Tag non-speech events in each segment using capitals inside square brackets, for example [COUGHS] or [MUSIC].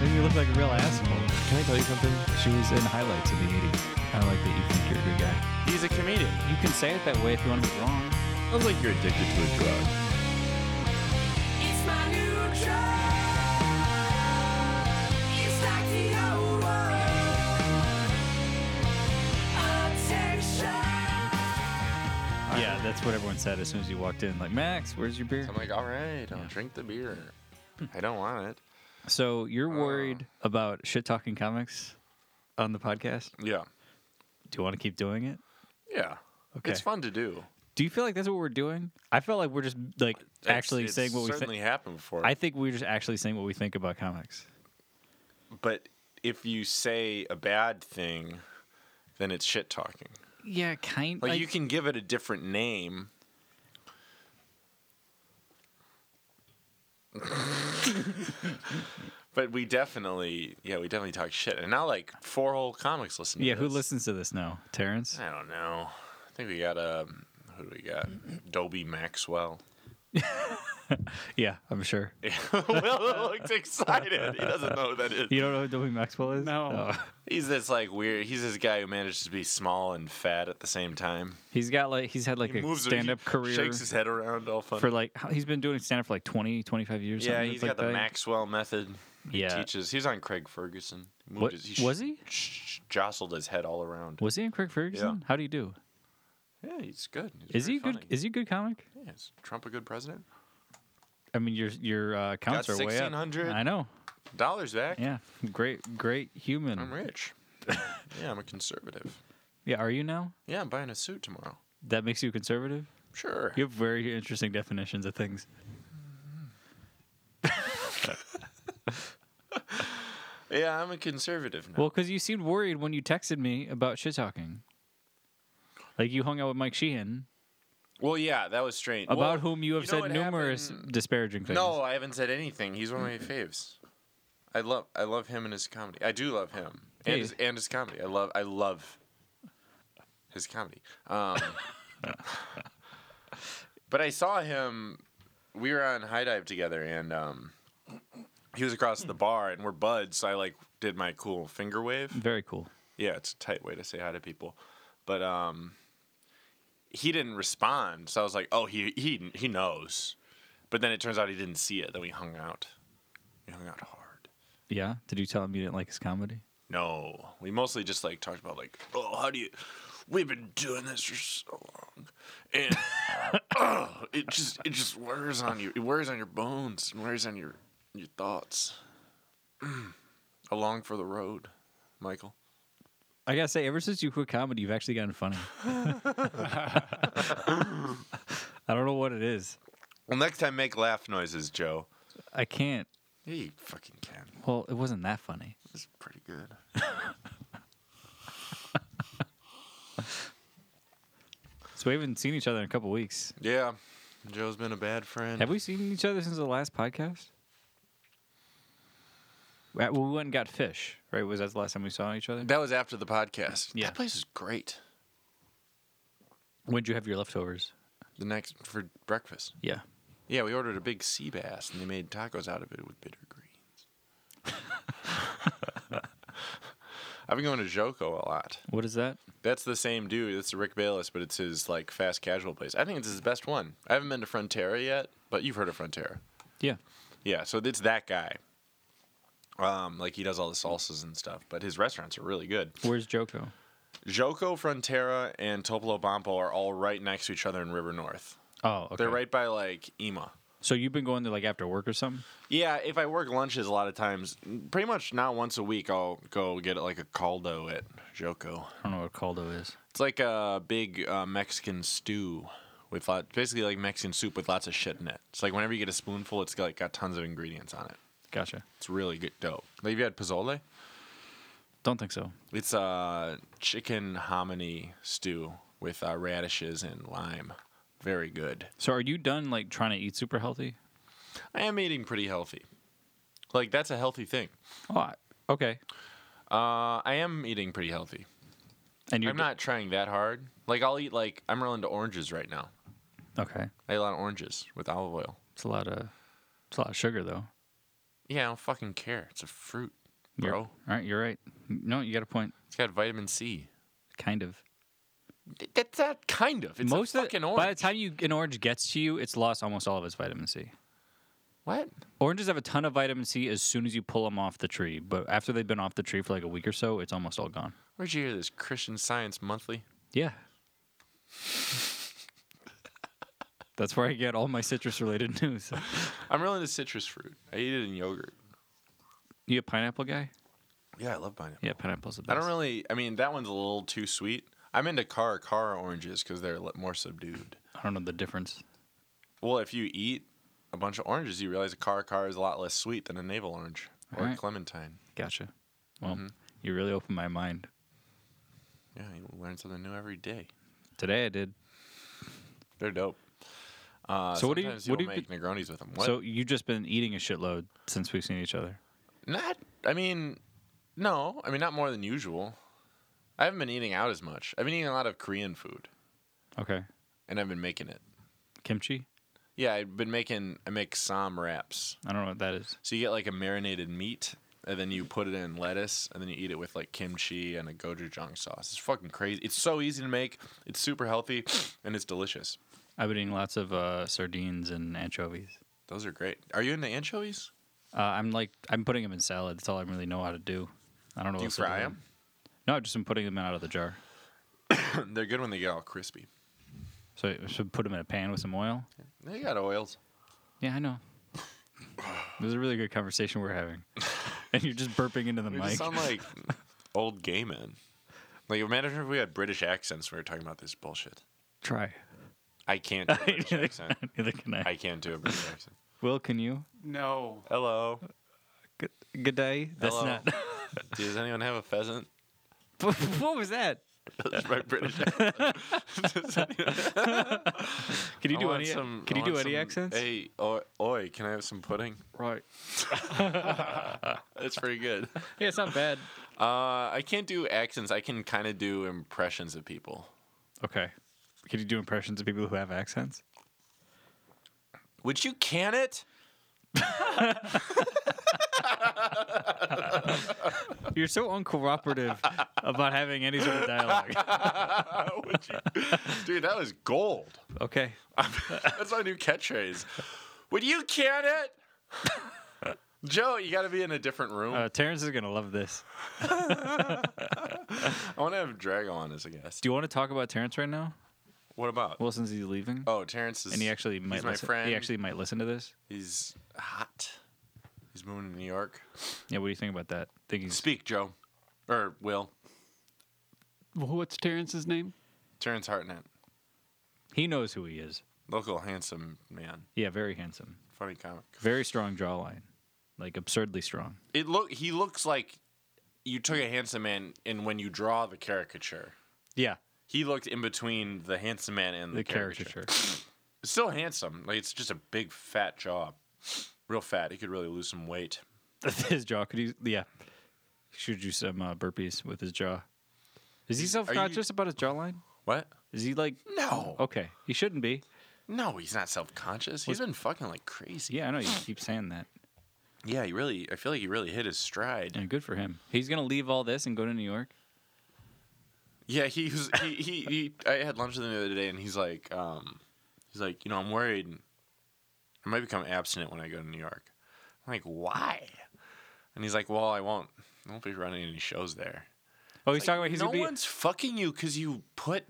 Maybe you look like a real asshole. Can I tell you something? She was in highlights in the 80s. I like that you think you're a good guy. He's a comedian. You can say it that way if you want to be wrong. Sounds like you're addicted to a drug. It's my new drug. It's like the old one. Obsession. Yeah, that's what everyone said as soon as you walked in. Like, Max, where's your beer? I'm like, all right, I'll drink the [LAUGHS] beer. I don't want So you're Uh. worried about shit talking comics on the podcast? it. Yeah. Do you want to keep doing it? Yeah. Okay. It's fun to do. Do you feel like that's what we're doing? I feel like we're just like It's- actually it's saying what we certainly think. happened before. I think we're just actually saying what we think about comics. but if you say a bad thing, then it's shit talking. Yeah, kind. Like, you can give it a [LAUGHS] different name. but we definitely, yeah, we definitely talk shit, and now like four whole comics listen. To Yeah, who this. listens to this now? Terrence. I don't know. I think we got um, who do we [CLEARS THROAT] got? Dobie [LAUGHS] Maxwell. Yeah, I'm sure. Will looked excited. He doesn't know who that is. You don't know who Dobie Maxwell is? No. Oh. He's this like weird. He's this guy who manages to be small and fat at the same time. He's got like he's had like He a moves stand-up he career shakes his head around all funny. for like how- he's been doing stand-up for like 20, 25 years. yeah, something he's like got the that. Maxwell method. Yeah. teaches. He was on Craig Ferguson. Moved What- his- was he? sh- jostled his head all around. Was he in Craig Ferguson? How do you do? Yeah, he's good. He's Is he a very good? funny. Is he a good comic? Yeah, is Trump a good president? I mean, your your uh, counts are way up. 1600. I know. Dollars back. Yeah, great, great human. [LAUGHS] I'm rich. yeah, I'm a conservative. Yeah, are you now? Yeah, I'm buying a suit tomorrow. That makes you conservative. Sure. You have very interesting definitions of things. Yeah, I'm a conservative now. Well, because you seemed worried when you texted me about shit talking. Like you hung out with Mike Sheehan, Well, yeah, that was strange. about Well, whom you have know said what numerous happened? disparaging things. No, I haven't said anything. He's one of my faves. I love I love him and his comedy. I do love him and Hey. his, and his comedy. I love I love his comedy. Um, [LAUGHS] but I saw him. We were on high dive together, and um, he was across the bar, and we're buds. So I like did my cool finger wave. Very cool. Yeah, it's a tight way to say hi to people. But um he didn't respond, so I was like, "Oh, he he he knows." But then it turns out he didn't see it. Then we hung out. We hung out hard. Yeah. Did you tell him you didn't like his comedy? No, we mostly just like talked about like, "Oh, how do you We've been doing this for so long." And [COUGHS] oh, it just it just wears on you. It wears on your bones and wears on your your thoughts. [CLEARS THROAT] Along for the road, Michael. I gotta say, ever since you quit comedy, you've actually gotten funny. [LAUGHS] I don't know what it is. Well, next time make laugh noises, Joe. I can't. Yeah, you fucking can. Well, it wasn't that funny. It's pretty good. So we haven't seen each other in a couple weeks. Yeah, Joe's been a bad friend. Have we seen each other since the last podcast? Uh, Well, we went and got fish, right? Was that the last time we saw each other? That was after the podcast. Yeah. That place is great. When'd you have your leftovers? The next for breakfast. Yeah. Yeah, we ordered a big sea bass and they made tacos out of it with bitter greens. [LAUGHS] I've been going to Joko a lot. What is that? That's the same dude. That's Rick Bayless, but it's his like fast casual place. I think it's his best one. I haven't been to Frontera yet, but you've heard of Frontera. Yeah. Yeah, so it's that guy. Um, like he does all the salsas and stuff, but his restaurants are really good. Where's Joko? Joko Frontera and Topolobampo are all right next to each other in River North. Oh, okay. They're right by like Ema. So you've been going there like after work or something? Yeah, if I work lunches a lot of times, pretty much not once a week, I'll go get like a caldo at Joko. I don't know what caldo is. It's like a big uh, Mexican stew with lot, basically like Mexican soup with lots of shit in it. It's like whenever you get a spoonful, it's got, like got tons of ingredients on it. Gotcha. It's really good, dope. Like you had pozole. Don't think so. It's uh, chicken hominy stew with uh, radishes and lime. Very good. So are you done like trying to eat super healthy? I am eating pretty healthy. Like that's a healthy thing. Oh, I- okay. Uh, I am eating pretty healthy. And you're I'm not trying that hard. Like I'll eat like I'm real into oranges right now. Okay. I ate a lot of oranges with olive oil. It's a lot of it's a lot of sugar though. Yeah, I don't fucking care. It's a fruit, You're- bro. all right, you're right. No, you got a point. It's got vitamin C. Kind of. Th- That's that kind of. It's Most a of the, fucking orange. by the time you an orange gets to you, it's lost almost all of its vitamin C. what? Oranges have a ton of vitamin C as soon as you pull them off the tree, but after they've been off the tree for like a week or so, it's almost all gone. Where'd you hear this? Christian Science Monthly. Yeah. That's where I get all my citrus related [LAUGHS] news. I'm really into citrus fruit. I eat it in yogurt. You a pineapple guy? Yeah, I love pineapple. Yeah, pineapple's the I best. don't really. I mean, that one's a little too sweet. I'm into car car oranges because they're li- more subdued. I don't know the difference. Well, if you eat a bunch of oranges, you realize a car car is a lot less sweet than a navel orange or a Alright. clementine. Gotcha. Well, Mm-hmm. you really opened my mind. Yeah, you learn something new every day. Today I did. They're dope. Uh, So what do you- sometimes what do people you make Negronis with them? What? So you've just been eating a shitload since we've seen each other. Not. I mean, no. I mean, not more than usual. I haven't been eating out as much. I've been eating a lot of Korean food, Okay. and I've been making it. Kimchi? Yeah, I've been making. I make sam wraps. I don't know what that is. So you get like a marinated meat, and then you put it in lettuce, and then you eat it with like kimchi and a gochujang sauce. It's fucking crazy. It's so easy to make. It's super healthy, and it's delicious. I've been eating lots of uh, sardines and anchovies. Those are great. Are you into anchovies? [CLEARS THROAT] Uh, I'm like I'm putting them in salad. That's all I really know how to do. I don't know. Do you else to do fry with No, I've just been putting them in out of the jar. They're good when they get all crispy. So I should put them in a pan with some oil. They got oils. Yeah, I [SIGHS] know. this is a really good conversation we're [LAUGHS] having, and you're just burping into the We mic. just sound [LAUGHS] like old gay men. Like imagine if we had British accents. when We were talking about this bullshit. Try. [LAUGHS] I can't do [LAUGHS] a British accent. Neither can I. I can't do a British accent. Will, can you? No. [LAUGHS] Hello. Good, good day. That's Hello. not. Does anyone have a pheasant? [LAUGHS] [LAUGHS] what was that? That's my British accent. Can you I do want any? some- can I you do want any some- accents? Hey, oi, oi, can I have some pudding? Right. That's pretty [LAUGHS] good. Yeah, it's not bad. Uh, I can't do accents. I can kind of do impressions of people. Okay. Can you do impressions of people who have accents? Would you can it? [LAUGHS] [LAUGHS] You're so [LAUGHS] uncooperative about having any sort of dialogue. Would you? Dude, that was gold. [LAUGHS] Okay. That's my new catchphrase. Would you can it? [LAUGHS] Joe, you got to be in a different room. Uh, Terrence is gonna love this. I want to have Drago on as a guest. Do you want to talk about Terrence right now? What about? Well, since he's leaving, oh, Terrence is. and he actually might he's my listen. friend. He actually might listen to this. He's hot. He's moving to New York. Yeah. What do you think about that? Think he's Speak, Joe, or Will. What's Terrence's name? Terrence Hartnett, he knows who he is. local handsome man, Yeah. Very handsome. funny comic. Very strong jawline, like absurdly strong. It look he looks like you took a handsome man, and when you draw the caricature, Yeah. he looked in between the handsome man and the, The caricature. caricature. Still handsome, like it's just a big fat jaw, real fat. He could really lose some weight. his jaw could. Use, yeah. Should do some uh, burpees with his jaw. Is he self you- conscious about his jawline? What? Is he like? No, Okay, he shouldn't be. no, he's not self conscious. He's been fucking like crazy. Yeah, I know you keep saying that. Yeah, he really. I feel like he really hit his stride. And good for him. He's gonna leave all this and go to New York. Yeah, he was. He, he, he I had lunch with him the other day, and he's like, um, he's like, you know, I'm worried. I might become abstinent when I go to New York. I'm like, why? And he's like, well, I won't. I won't be running any shows there. Oh, he's talking about Like, he's no gonna be. [LAUGHS] one's fucking you because you put,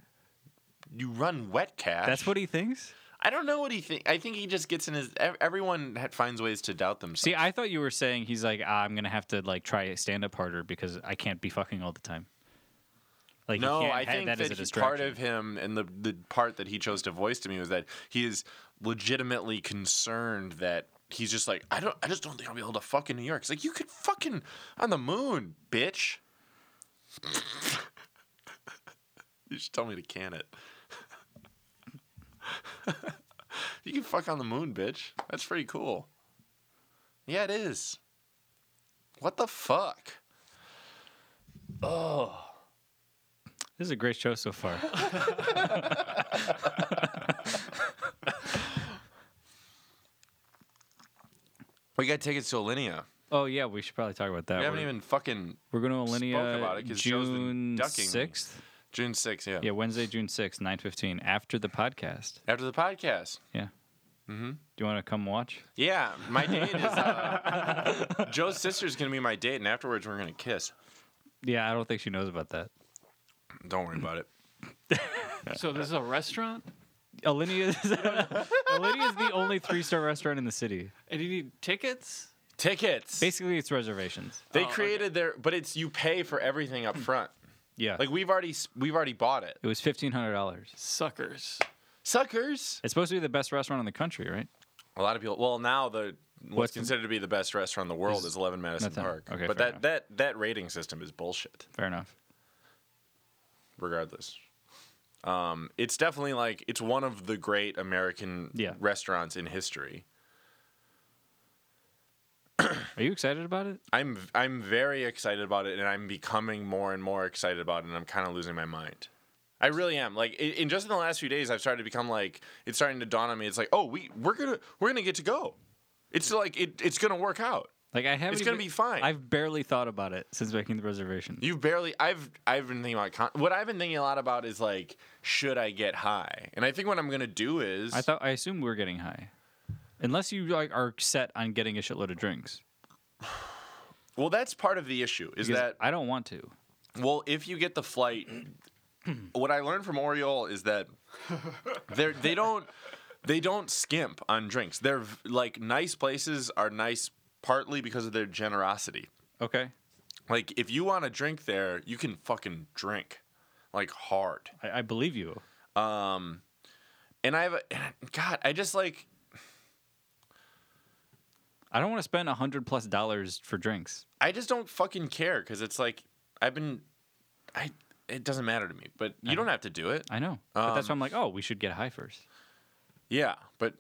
you run wet cash. That's what he thinks. I don't know what he think. I think he just gets in his. ev- Everyone ha- finds ways to doubt themselves. See, I thought you were saying he's like, ah, I'm gonna have to like try stand up harder because I can't be fucking all the time. Like, No, he can't I ha- think that that, is a he- distraction. part of him and the the part that he chose to voice to me was that he is legitimately concerned that he's just like I don't I just don't think I'll be able to fuck in New York. It's like you could fucking on the moon, bitch. [LAUGHS] you should tell me to can it. [LAUGHS] you can fuck on the moon, bitch. That's pretty cool. Yeah, it is. What the fuck? [LAUGHS] This is a great show so far. We got tickets to Alinea. Oh yeah, we should probably talk about that. We haven't We're- even fucking We're going to spoke Alinea about it 'cause Joe's been June ducking me. sixth. June 6th, yeah. Yeah, Wednesday, June sixth, nine fifteen, after the podcast. After the podcast. Yeah. Mm-hmm. Do you want to come watch? Yeah, my date is uh, [LAUGHS] Joe's sister's gonna be my date, and afterwards we're gonna kiss. Yeah, I don't think she knows about that. Don't worry about it. So this is a restaurant, Alinea is, [LAUGHS] Alinea is the only three star restaurant in the city. and you need tickets. Tickets. Basically, it's reservations. they created their, but it's you pay for everything up front. Yeah, Like we've already s- we've already bought it. it was fifteen hundred dollars. Suckers. Suckers. It's supposed to be the best restaurant in the country, right? A lot of people. Well, now the what's What's the- considered to be the best restaurant in the world is Eleven Madison That's it. Park. Okay, but fair that enough. that that rating system is bullshit. Fair enough. Regardless. Um, it's definitely like it's one of the great American Yeah. restaurants in history. Are you excited about it? I'm I'm very excited about it, and I'm becoming more and more excited about it, and I'm kind of losing my mind. I really am. Like, in, in just in the last few days, I've started to become like it's starting to dawn on me. It's like, oh, we we're gonna we're gonna get to go. It's like it, it's gonna work out. Like I haven't. It's gonna even- be fine. I've barely thought about it since making the reservation. You've barely. I've I've been thinking about con- what I've been thinking a lot about is like, should I get high? And I think what I'm gonna do is I thought I assume we're getting high, unless you like are set on getting a shitload of drinks. Well, that's part of the issue. Is Because that I don't want to. Well, if you get the flight, what I learned from Oriole is that they they don't they don't skimp on drinks. They're v- like nice places are nice partly because of their generosity. Okay, Like if you want to drink there, you can fucking drink like hard. I, I believe you. And I have a god, I just like I don't want to spend a hundred plus dollars for drinks. I just don't fucking care cuz it's like I've been I it doesn't matter to me, but you don't have to do it. I know, but that's why Um, I'm like, oh, we should get high first. Yeah, but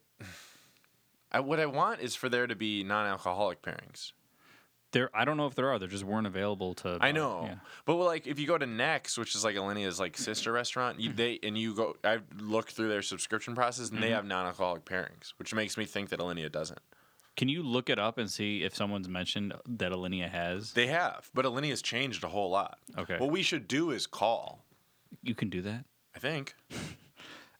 I, what I want is for there to be non-alcoholic pairings. There, I don't know if there are. There just weren't available to. I buy. know, Yeah. but well, like if you go to Next, which is like Alinea's like sister restaurant, Mm-hmm. you, they and you go. I've looked through their subscription process, and they have non-alcoholic pairings, which makes me think that Alinea doesn't. Can you look it up and see if someone's mentioned that Alinea has? They have, but Alinea's changed a whole lot. Okay. What we should do is call. you can do that. I think.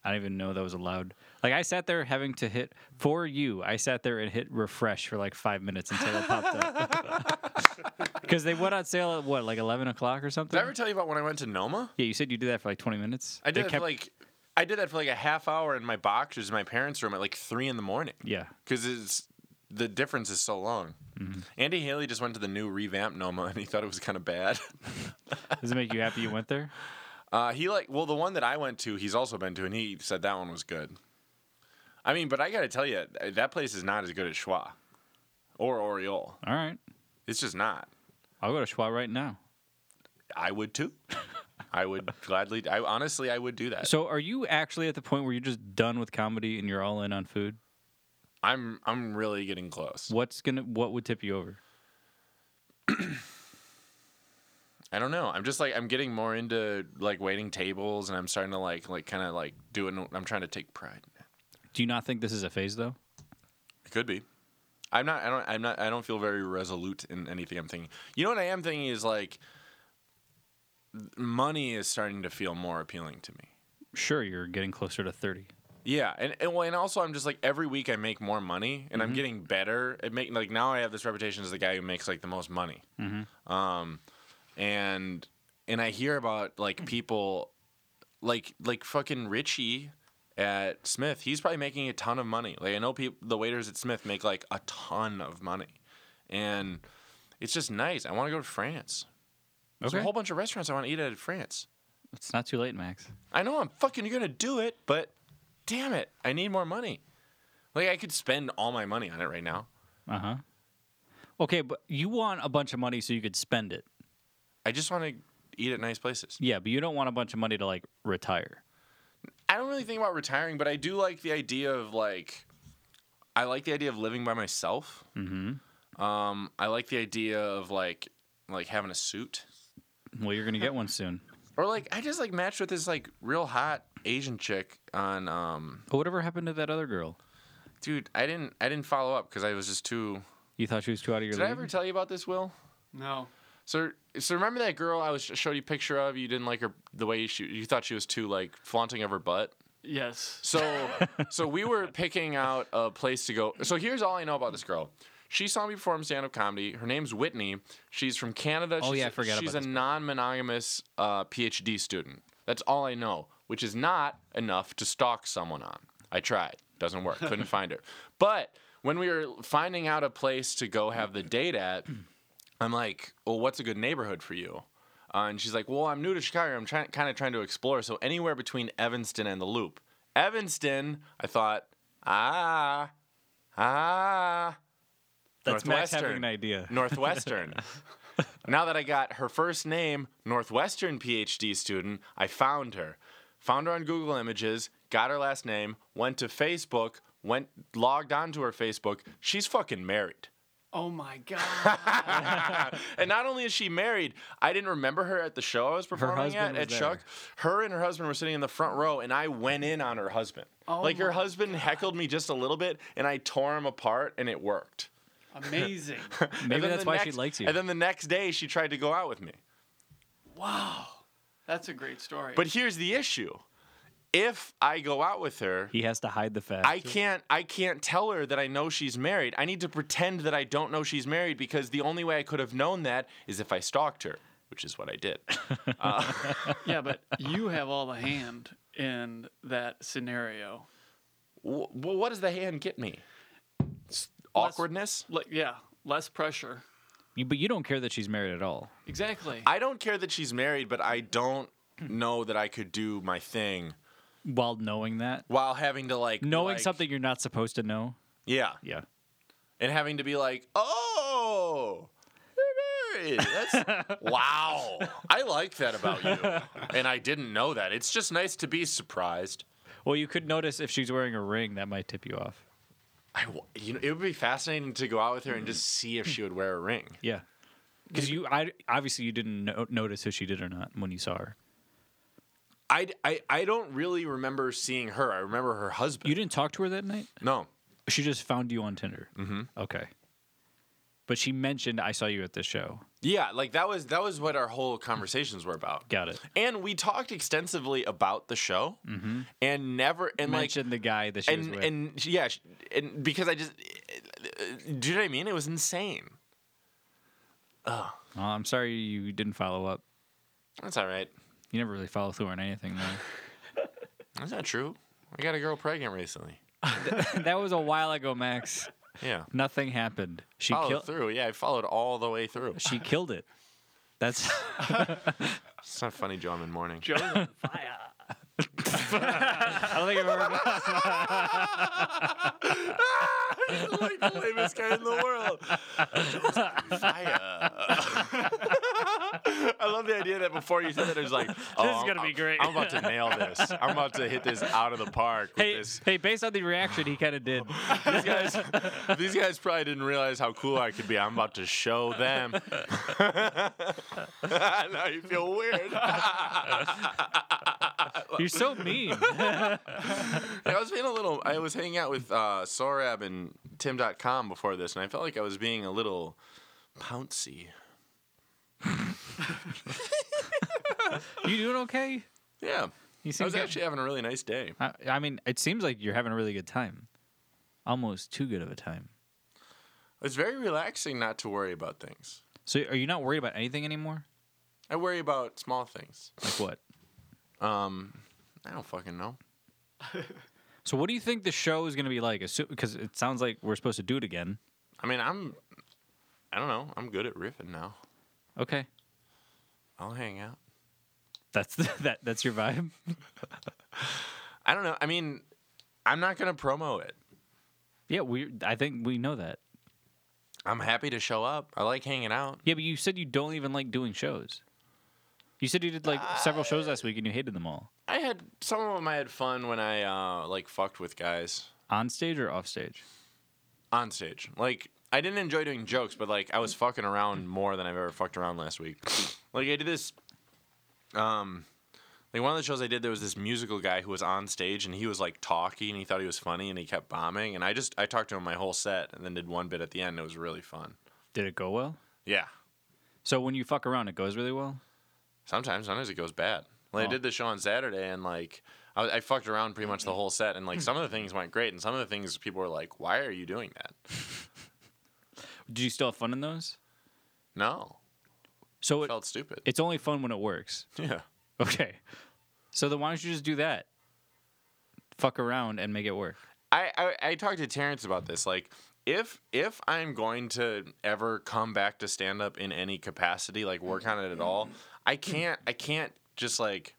I didn't even know that was allowed. Like I sat there having to hit for you. I sat there and hit refresh for like five minutes until it popped up. [LAUGHS] Because they went on sale at what, like eleven o'clock or something? Did I ever tell you about when I went to Noma? yeah, you said you did that for like twenty minutes. I They did that for kept- like. I did that for like a half hour in my boxers in my parents' room at like three in the morning. yeah. because it's the difference is so long. Mm-hmm. Andy Haley just went to the new revamp Noma and he thought it was kind of bad. [LAUGHS] Does it make you happy you went there? Uh, he like well the one that I went to he's also been to and he said that one was good. I mean, but I got to tell you th- that place is not as good as Schwa or Oriole. All right, It's just not. I'll go to Schwa right now. I [LAUGHS] would too. I would gladly. I honestly I would do that. So, are you actually at the point where you're just done with comedy and you're all in on food? I'm I'm really getting close. What's gonna What would tip you over? I don't know. I'm just like I'm getting more into like waiting tables and I'm starting to like like kind of like doing. I'm trying to take pride. in it. Do you not think this is a phase though? It could be. I'm not. I don't. I'm not. I don't feel very resolute in anything I'm thinking. You know what I am thinking is like, money is starting to feel more appealing to me. Sure, you're getting closer to thirty. Yeah, and and, well, and also I'm just like every week I make more money and I'm getting better at making. Like now I have this reputation as the guy who makes like the most money. Um, and and I hear about like people, like like fucking Richie at Smith. He's probably making a ton of money. Like I know people, the waiters at Smith make like a ton of money, and it's just nice. I want to go to France. There's Okay, a whole bunch of restaurants I want to eat at in France. it's not too late, Max. I know I'm fucking gonna do it, but damn it, I need more money. Like I could spend all my money on it right now. Uh huh. Okay, but you want a bunch of money so you could spend it. I just want to eat at nice places. Yeah, but you don't want a bunch of money to like retire. I don't really think about retiring, but I do like the idea of like, I like the idea of living by myself. Mm-hmm. Um, I like the idea of like, like having a suit. Well, you're gonna get one soon. Or like I just like matched with this like real hot Asian chick on um [LAUGHS] But whatever happened to that other girl? dude, I didn't I didn't follow up because I was just too You thought she was too out of your Did league? I ever tell you about this, Will? No. So so remember that girl I was showed you a picture of, you didn't like her the way she you thought she was too like flaunting of her butt? Yes. So so we were picking out a place to go. So here's all I know about this girl. She saw me perform stand-up comedy. Her name's Whitney. She's from Canada. Oh, she's, yeah, I forgot She's about this a girl. non-monogamous uh, PhD student. That's all I know, which is not enough to stalk someone on. I tried. Doesn't work. [LAUGHS] Couldn't find her. But when we were finding out a place to go have the date at, [CLEARS THROAT] I'm like, well, what's a good neighborhood for you? Uh, and she's like, well, I'm new to Chicago. I'm trying, kind of trying to explore. So anywhere between Evanston and the Loop. Evanston, I thought, ah, ah, That's Max having an Northwestern. idea. [LAUGHS] Northwestern. now that I got her first name, Northwestern PhD student, I found her. Found her on Google Images, got her last name, went to Facebook, went logged onto her Facebook. She's [LAUGHS] fucking married. Oh my [LAUGHS] god. And not only is she married, I didn't remember her at the show I was performing husband at was at there. Chuck. Her and her husband were sitting in the front row, and I went in on her husband. Oh like her my husband heckled me just a little bit, and I tore him apart, and it worked. Amazing. [LAUGHS] And Maybe then that's the why she next- likes you. And then the next day, she tried to go out with me. Wow. That's a great story. But here's the issue: if I go out with her, he has to hide the fact. I can't I can't tell her that I know she's married. I need to pretend that I don't know she's married because the only way I could have known that is if I stalked her, which is what I did. [LAUGHS] yeah, but you have all the hand in that scenario. Wh- Well, what does the hand get me? S- Awkwardness? Like yeah, less pressure. You- but you don't care that she's married at all. Exactly. I don't care that she's married, but [CLEARS THROAT] I don't know that I could do my thing While knowing that, while having to like be knowing like- something you're not supposed to know. Yeah, Yeah. and having to be like, oh. you're married. [LAUGHS] That's wow. I like that about you. And I didn't know that. It's just nice to be surprised. Well, you could notice if she's wearing a ring, that might tip you off. I, w- you know, it would be fascinating to go out with her and just see if she would wear a ring. Yeah. Because you, I obviously you didn't no- notice if she did or not when you saw her. I, I, I don't really remember seeing her. I remember her husband. You didn't talk to her that night. no. She just found you on Tinder. Mm-hmm. Okay. But she mentioned I saw you at this show. Yeah, like that was that was what our whole conversations were about. Got it. And we talked extensively about the show, Mm-hmm. and never and like mentioned the guy that she was and with. and yeah, sh- and because I just uh, do you know what I mean? It was insane. Oh, I'm sorry you didn't follow up. That's all right. You never really follow through on anything. Though. [LAUGHS] That's not true. I got a girl pregnant recently. that was a while ago, Max. Yeah, Nothing happened. She followed killed. through. Yeah, I followed all the way through. She killed it. [LAUGHS] That's It's not funny, John. [LAUGHS] In morning. Joe's on fire. I don't think I've ever. like the lamest guy in the world. [LAUGHS] I love the idea that before you said that, it was like, oh, This is I'm- gonna be I'm- great. I'm about to nail this. I'm about to hit this out of the park. With Hey, this. hey, based on the reaction, he kind of did. These guys, these guys probably didn't realize how cool I could be. I'm about to show them. [LAUGHS] now you feel weird. You're so mean. I was being a little. I was hanging out with uh, Sorab and Tim.com before this, and I felt like I was being a little pouncy. You doing okay? Yeah. You I seem was good. actually having a really nice day. I, I mean, it seems like you're having a really good time. Almost too good of a time. It's very relaxing not to worry about things. So, are you not worried about anything anymore? I worry about small things. Like what? Um, I don't fucking know. So, what do you think the show is going to be like? Because it sounds like we're supposed to do it again. I mean, I'm, I don't know. I'm good at riffing now. Okay, I'll hang out. that's [LAUGHS] the, that. That's your vibe. I don't know. I mean, I'm not gonna promo it. Yeah, we. I think we know that. I'm happy to show up. I like hanging out. Yeah, but you said you don't even like doing shows. You said you did like several shows last week and you hated them all. I had some of them. I had fun when I uh, like fucked with guys On stage or off stage? on stage. Like I didn't enjoy doing [SNIFFS] jokes, but like I was fucking around more than I've ever fucked around last week. like I did this Um, like one of the shows I did, there was this musical guy who was on stage and he was like talking and he thought he was funny and he kept bombing. And I just I talked to him my whole set and then did one bit at the end. It was really fun. Did it go well? Yeah. So when you fuck around, it goes really well. Sometimes, sometimes it goes bad. Like I did the show on Saturday and like I, I fucked around pretty much the whole set and like some of the things went great and some of the things people were like, "Why are you doing that?" Did you still have fun in those? No, So it it, felt stupid. it's only fun when it works. [LAUGHS] [LAUGHS] yeah. Okay. So then why don't you just do that? Fuck around and make it work. I, I I talked to Terrence about this. Like, if if I'm going to ever come back to stand up in any capacity, like work on it at all, I can't I can't just like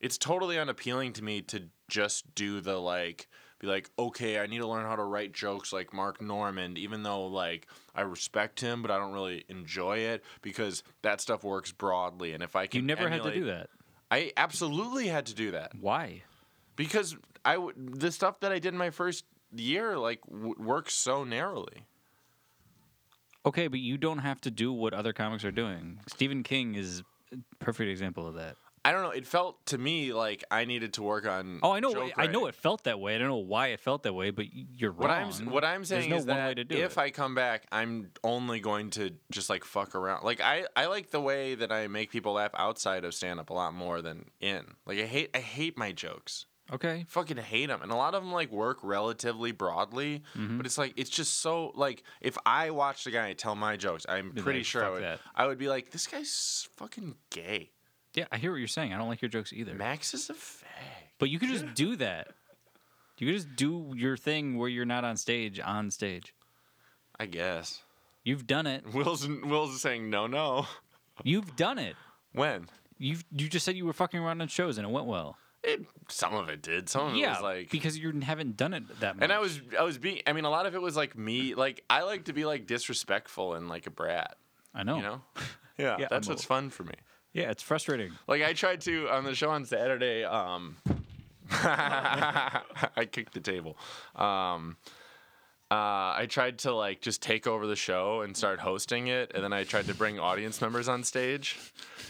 it's totally unappealing to me to just do the like be like okay i need to learn how to write jokes like mark norman even though like i respect him but i don't really enjoy it because that stuff works broadly and if i can You never had to do emulate- that. i absolutely had to do that Why? because I w- the stuff that I did in my first year like w- works so narrowly. Okay, but you don't have to do what other comics are doing. Stephen King is a perfect example of that. I don't know. It felt to me like I needed to work on. Oh, I know. joke I know writing. it felt that way. I don't know why it felt that way, but y- you're What wrong. I'm what I'm saying There's is no that one way to do if it. I come back, I'm only going to just like fuck around. Like I, I like the way that I make people laugh outside of stand up a lot more than in. Like I hate I hate my jokes. okay. fucking hate them and a lot of them like work relatively broadly Mm-hmm. but it's like it's just so like if i watched a guy tell my jokes i'm Be pretty like, sure i "Fuck would that." i would be like this guy's fucking gay Yeah, I hear what you're saying. I don't like your jokes either. max is a fag But you could just do that. You could just do your thing where you're not on stage. On stage, i guess you've done it. will's will's saying no no You've done it. when You have you just said you were fucking around on shows and it went well. it, some of it did some of it yeah, was like because you haven't done it that much. and i was i was being i mean a lot of it was like me like i like to be like disrespectful and like a brat I know. you [LAUGHS] know yeah, Oh. Yeah, that's I'm a- what's fun for me Yeah, it's frustrating. Like I tried to on the show on Saturday. Um, [LAUGHS] I kicked the table. Um, uh, I tried to like just take over the show and start hosting it, and then I tried to bring audience members on stage,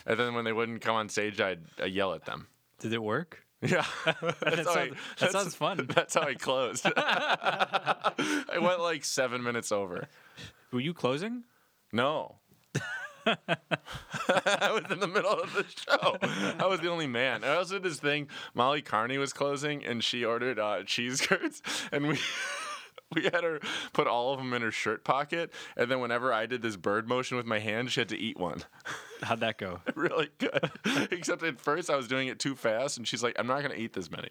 and then when they wouldn't come on stage, I'd, i yell at them. [LAUGHS] Did it work? Yeah, [LAUGHS] that's That how I- sounds, that sounds fun. [LAUGHS] That's how I closed. I went like seven minutes over. Were you closing? No. [LAUGHS] I was in the middle of the show. I was the only man. I also did this thing. Molly Carney was closing, and she ordered uh, cheese curds, and we [LAUGHS] we had her put all of them in her shirt pocket. And then whenever I did this bird motion with my hand, she had to eat one. [LAUGHS] How'd that [LAUGHS] go? really good. [LAUGHS] Except at first, I was doing it too fast, and she's like, "I'm not gonna eat this many."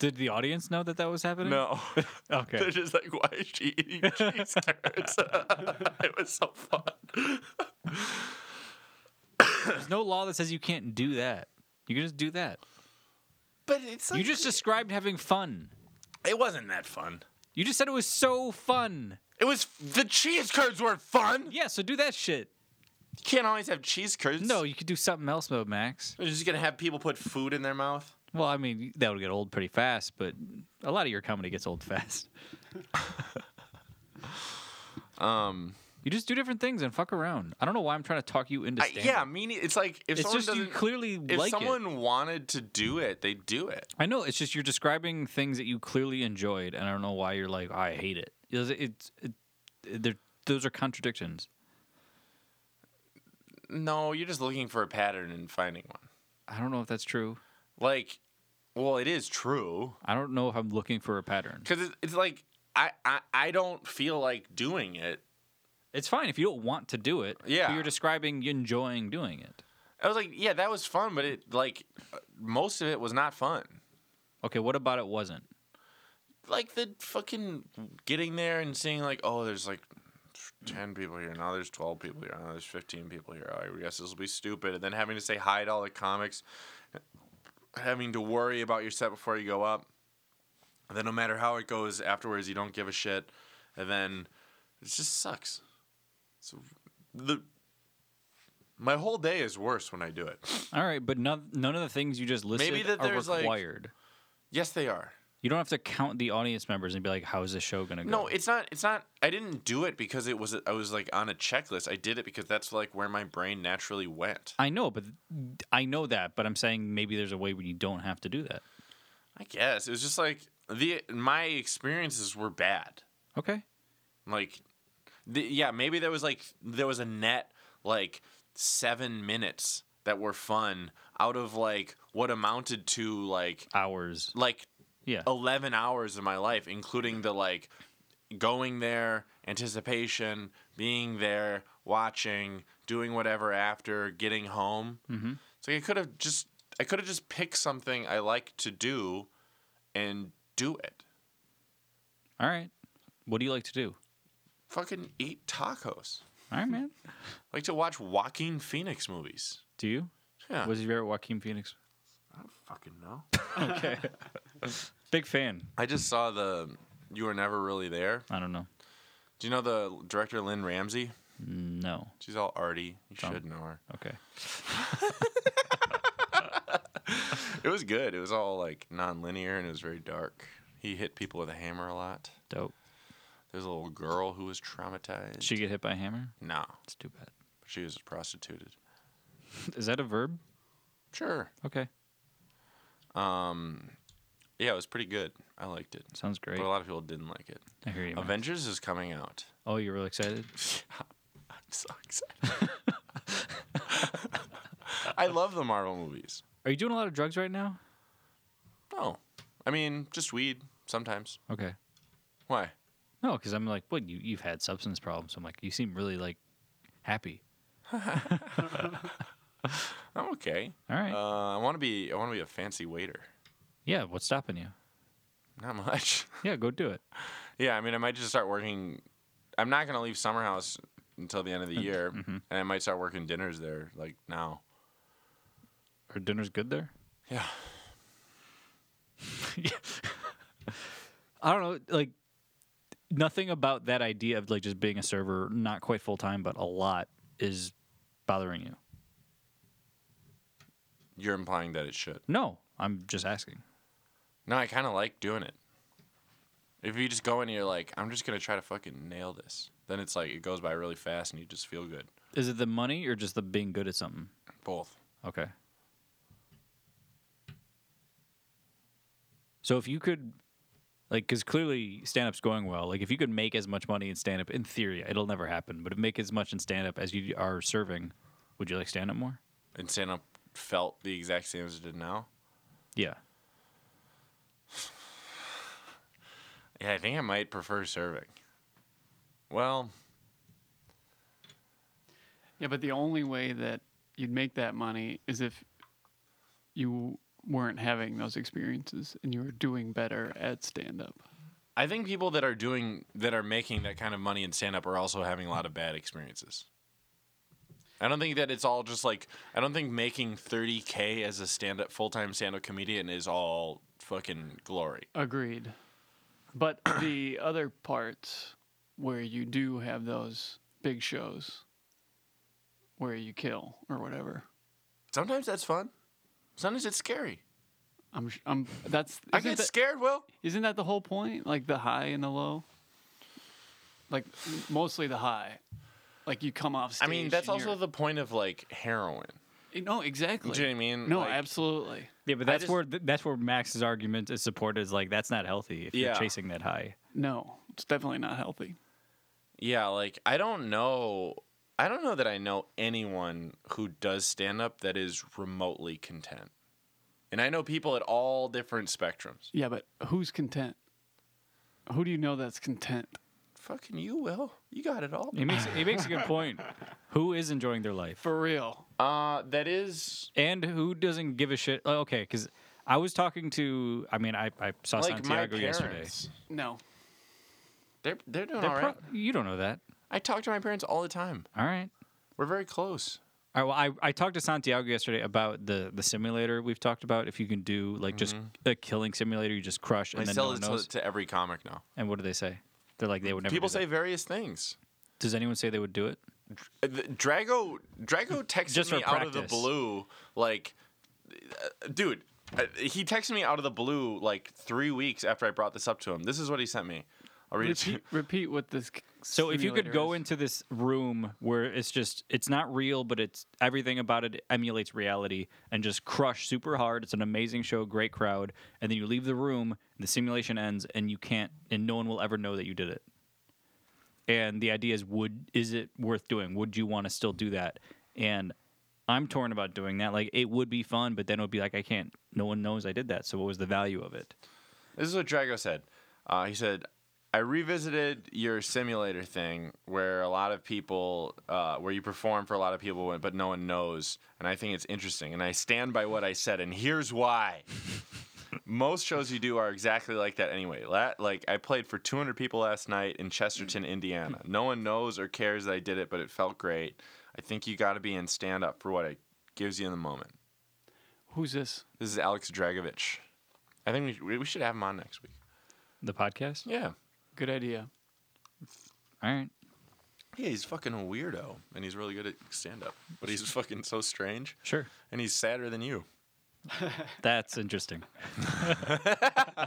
Did the audience know that that was happening? No. [LAUGHS] They're Okay. just like, why is she eating cheese curds? [LAUGHS] it was so fun. There's no law that says you can't do that. You can just do that. But it's You just described having fun. It wasn't that fun. You just said it was so fun. It was the cheese curds were fun. You Yeah, so do that shit. can't always have cheese curds. No, you could do something else, though, Max. you're just gonna have people put food in their mouth. Well, I mean, that would get old pretty fast, but a lot of your comedy gets old [LAUGHS] fast. Um, You just do different things and fuck around. I don't know why I'm trying to talk you into I, stand yeah, meaning it's like if It's someone just you doesn't- clearly if like it. someone wanted to do it, they do it. I know it's just you're describing things that you clearly enjoyed, and I don't know why you're like I hate it. It's, it's it, they're- those are contradictions. No, you're just looking for a pattern and finding one. I don't know if that's true. Like, well, it is true I don't know if I'm looking for a pattern. because it's, it's like I, I I don't feel like doing it. It's fine if you don't want to do it. Yeah. but you're describing you enjoying doing it. I was like, yeah, that was fun, but it like uh, most of it was not fun. Okay, what about it wasn't? like the fucking getting there and seeing like, oh, there's like ten people here now, there's twelve people here now, there's fifteen people here. Oh, I guess this will be stupid. And then having to say hi to all the comics, having to worry about your set before you go up. And then no matter how it goes afterwards, you don't give a shit. And then it just sucks. So the my whole day is worse when I do it. All right, but none none of the things you just listed that are there's, like- required. Yes, they are. You don't have to count the audience members and be like, how is this show going to go? No, it's not. It's not. I didn't do it because it was. I was like on a checklist. I did it because that's like where my brain naturally went. I know, but I know that, but I'm saying maybe there's a way where you don't have to do that. I guess it was just like the my experiences were bad. Okay. Like, the, yeah, maybe there was like there was a net like seven minutes that were fun out of like what amounted to like Hours. like Yeah. 11 hours of my life, including the like going there, anticipation, being there, watching, doing whatever after, getting home. Mm-hmm. So I could have just I could have just picked something I like to do and do it. All right. What do you like to do? Fucking eat tacos. All right, man. I like to watch Joaquin Phoenix movies. Do you? Yeah. What's your favorite Joaquin Phoenix? I don't fucking know. Okay. [LAUGHS] Big fan. I just saw the You Were Never Really There. I don't know. Do you know the director Lynn Ramsey? No. She's all arty. You should know her. Okay. It was good. It was all like non-linear and it was very dark. He hit people with a hammer a lot. Dope. There's a little girl who was traumatized. Did she get hit by a hammer? no, It's too bad. [LAUGHS] she was prostituted. Is that a verb? Sure. Okay. Um, yeah, it was pretty good. I liked it, Sounds great. but a lot of people didn't like it. I hear you. man. Avengers is coming out. Oh, you're really excited? [LAUGHS] I'm so excited. I love the Marvel movies. Are you doing a lot of drugs right now? No, I mean just weed sometimes. Okay. Why? No, because I'm like, what? You, you've had substance problems. I'm like, you seem really like happy. I'm okay. All right. Uh, I want to be. I want to be a fancy waiter. yeah. What's stopping you? Not much. Yeah, go do it. Yeah, I mean, I might just start working. I'm not gonna leave Summer House until the end of the year, and I might start working dinners there like now. Her dinner's good there. Yeah, I don't know, like nothing about that idea of like just being a server, not quite full time, but a lot is bothering you. you're implying that it should. No, I'm just asking. No, I kind of like doing it. If you just go in and you're like, I'm just gonna try to fucking nail this, then it's like it goes by really fast and you just feel good. Is it the money or just the being good at something? Both. Okay. So if you could, like, because clearly stand up's going well. Like, if you could make as much money in stand up, in theory, it'll never happen, but if make as much in stand up as you are serving, would you like stand up more? And stand up felt the exact same as it did now. Yeah. Yeah, I think I might prefer serving. Well, Yeah, but the only way that you'd make that money is if you weren't having those experiences and you were doing better at stand up. I think people that are doing that are making that kind of money in stand up are also having a lot of bad experiences. I don't think that it's all just like I don't think making 30k as a stand up full time stand up comedian is all fucking glory. Agreed. But [COUGHS] the other parts where you do have those big shows where you kill or whatever. Sometimes that's fun. Sometimes it's scary. I'm sh- I'm that's I isn't get that- scared, Will. Isn't that the whole point? Like the high and the low? Like m- mostly the high. Like you come off I stage. mean, that's and also you're- Eh, the point of like heroin. No, exactly. Do you know what I mean? No, Like- absolutely. Yeah, but that's just- where th- that's where Max's argument is supported. Is like that's not healthy if Yeah. you're chasing that high. No, it's definitely not healthy. Yeah, like I don't know. I don't know that I know anyone who does stand up that is remotely content. And I know people at all different spectrums. Yeah, but who's content? Who do you know that's content? Fucking you, Will. You got it all. He makes he makes a good point. Who is enjoying their life? For real. Uh, that is and who doesn't give a shit? oh, Okay, because I was talking to. I mean, I, I saw like my Santiago parents. yesterday. No. They're they're doing They're all pro- right. You don't know that. I talk to my parents all the time. All right. We're very close. All right. Well, I, I talked to Santiago yesterday about the the simulator we've talked about. If you can do like just a killing simulator, you just crush and I then Mm-hmm. sell no one it knows. to, to every comic now. and what do they say? They're like they would never. People do say that. various things. Does anyone say they would do it? Uh, th- Drago Drago [LAUGHS] texted Just for me out of the practice. blue like uh, dude Uh, he texted me out of the blue like three weeks after I brought this up to him. This is what he sent me. I'll read it to you. Repeat, repeat what this. c- So if you could simulator go is. into this room where it's just it's not real, but it's everything about it emulates reality and just crush super hard. It's an amazing show, great crowd, and then you leave the room, the simulation ends, and you can't and no one will ever know that you did it. And the idea is would is it worth doing? Would you want to still do that? And I'm torn about doing that. Like it would be fun, but then it would be like I can't no one knows I did that. So what was the value of it? This is what Drago said. Uh, he said, I revisited your simulator thing where a lot of people, uh, where you perform for a lot of people, but no one knows. And I think it's interesting. And I stand by what I said. And here's why. Most shows you do are exactly like that anyway. La- Like, I played for 200 people last night in Chesterton, Indiana. No one knows or cares that I did it, but it felt great. I think you got to be in stand up for what it gives you in the moment. Who's this? This is Alex Dragovich. I think we, we should have him on next week. The podcast? Yeah. Good idea. All right. Yeah, he's fucking a weirdo, and he's really good at stand up. But he's [LAUGHS] fucking so strange, Sure. and he's sadder than you. That's interesting. I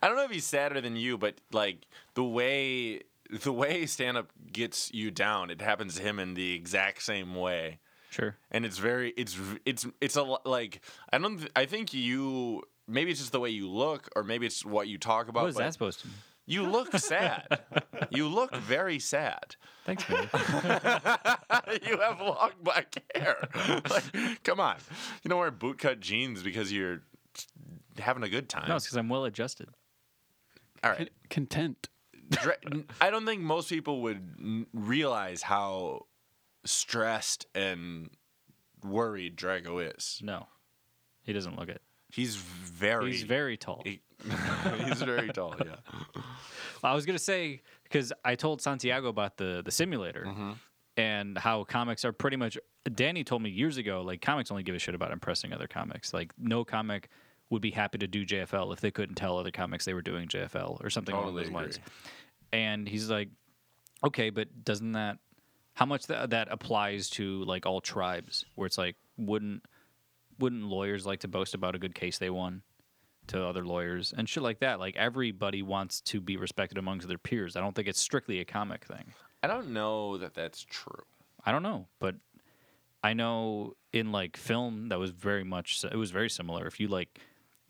don't know if he's sadder than you, but like the way the way stand up gets you down, it happens to him in the exact same way, Sure. and it's very it's v- it's it's a lo- like I don't th- I think you maybe it's just the way you look, or maybe it's what you talk about. What was but that supposed to mean? you [LAUGHS] look sad. you look very sad. Thanks, man. [LAUGHS] you have long black hair. [LAUGHS] Like, come on. You don't wear bootcut jeans because you're having a good [LAUGHS] time. no, it's because I'm well adjusted. All [LAUGHS] Con- right. Content. Dra- n- I don't think most people would n- realize how stressed and worried Drago is. No, he doesn't look it. He's very. He's very tall. [LAUGHS] he- he's very tall, yeah. I was gonna say because I told Santiago about the the simulator Mm-hmm. and how comics are pretty much. Danny told me years ago, like comics only give a shit about impressing other comics. Like no comic would be happy to do JFL if they couldn't tell other comics they were doing JFL or something along Totally those lines. agree. And he's like, okay, but doesn't that how much that that applies to like all tribes where it's like wouldn't wouldn't lawyers like to boast about a good case they won to other lawyers and shit like that? Like everybody wants to be respected amongst their peers. I don't think it's strictly a comic thing. I don't know that that's true. I don't know, but I know in like film that was very much it was very similar. If you like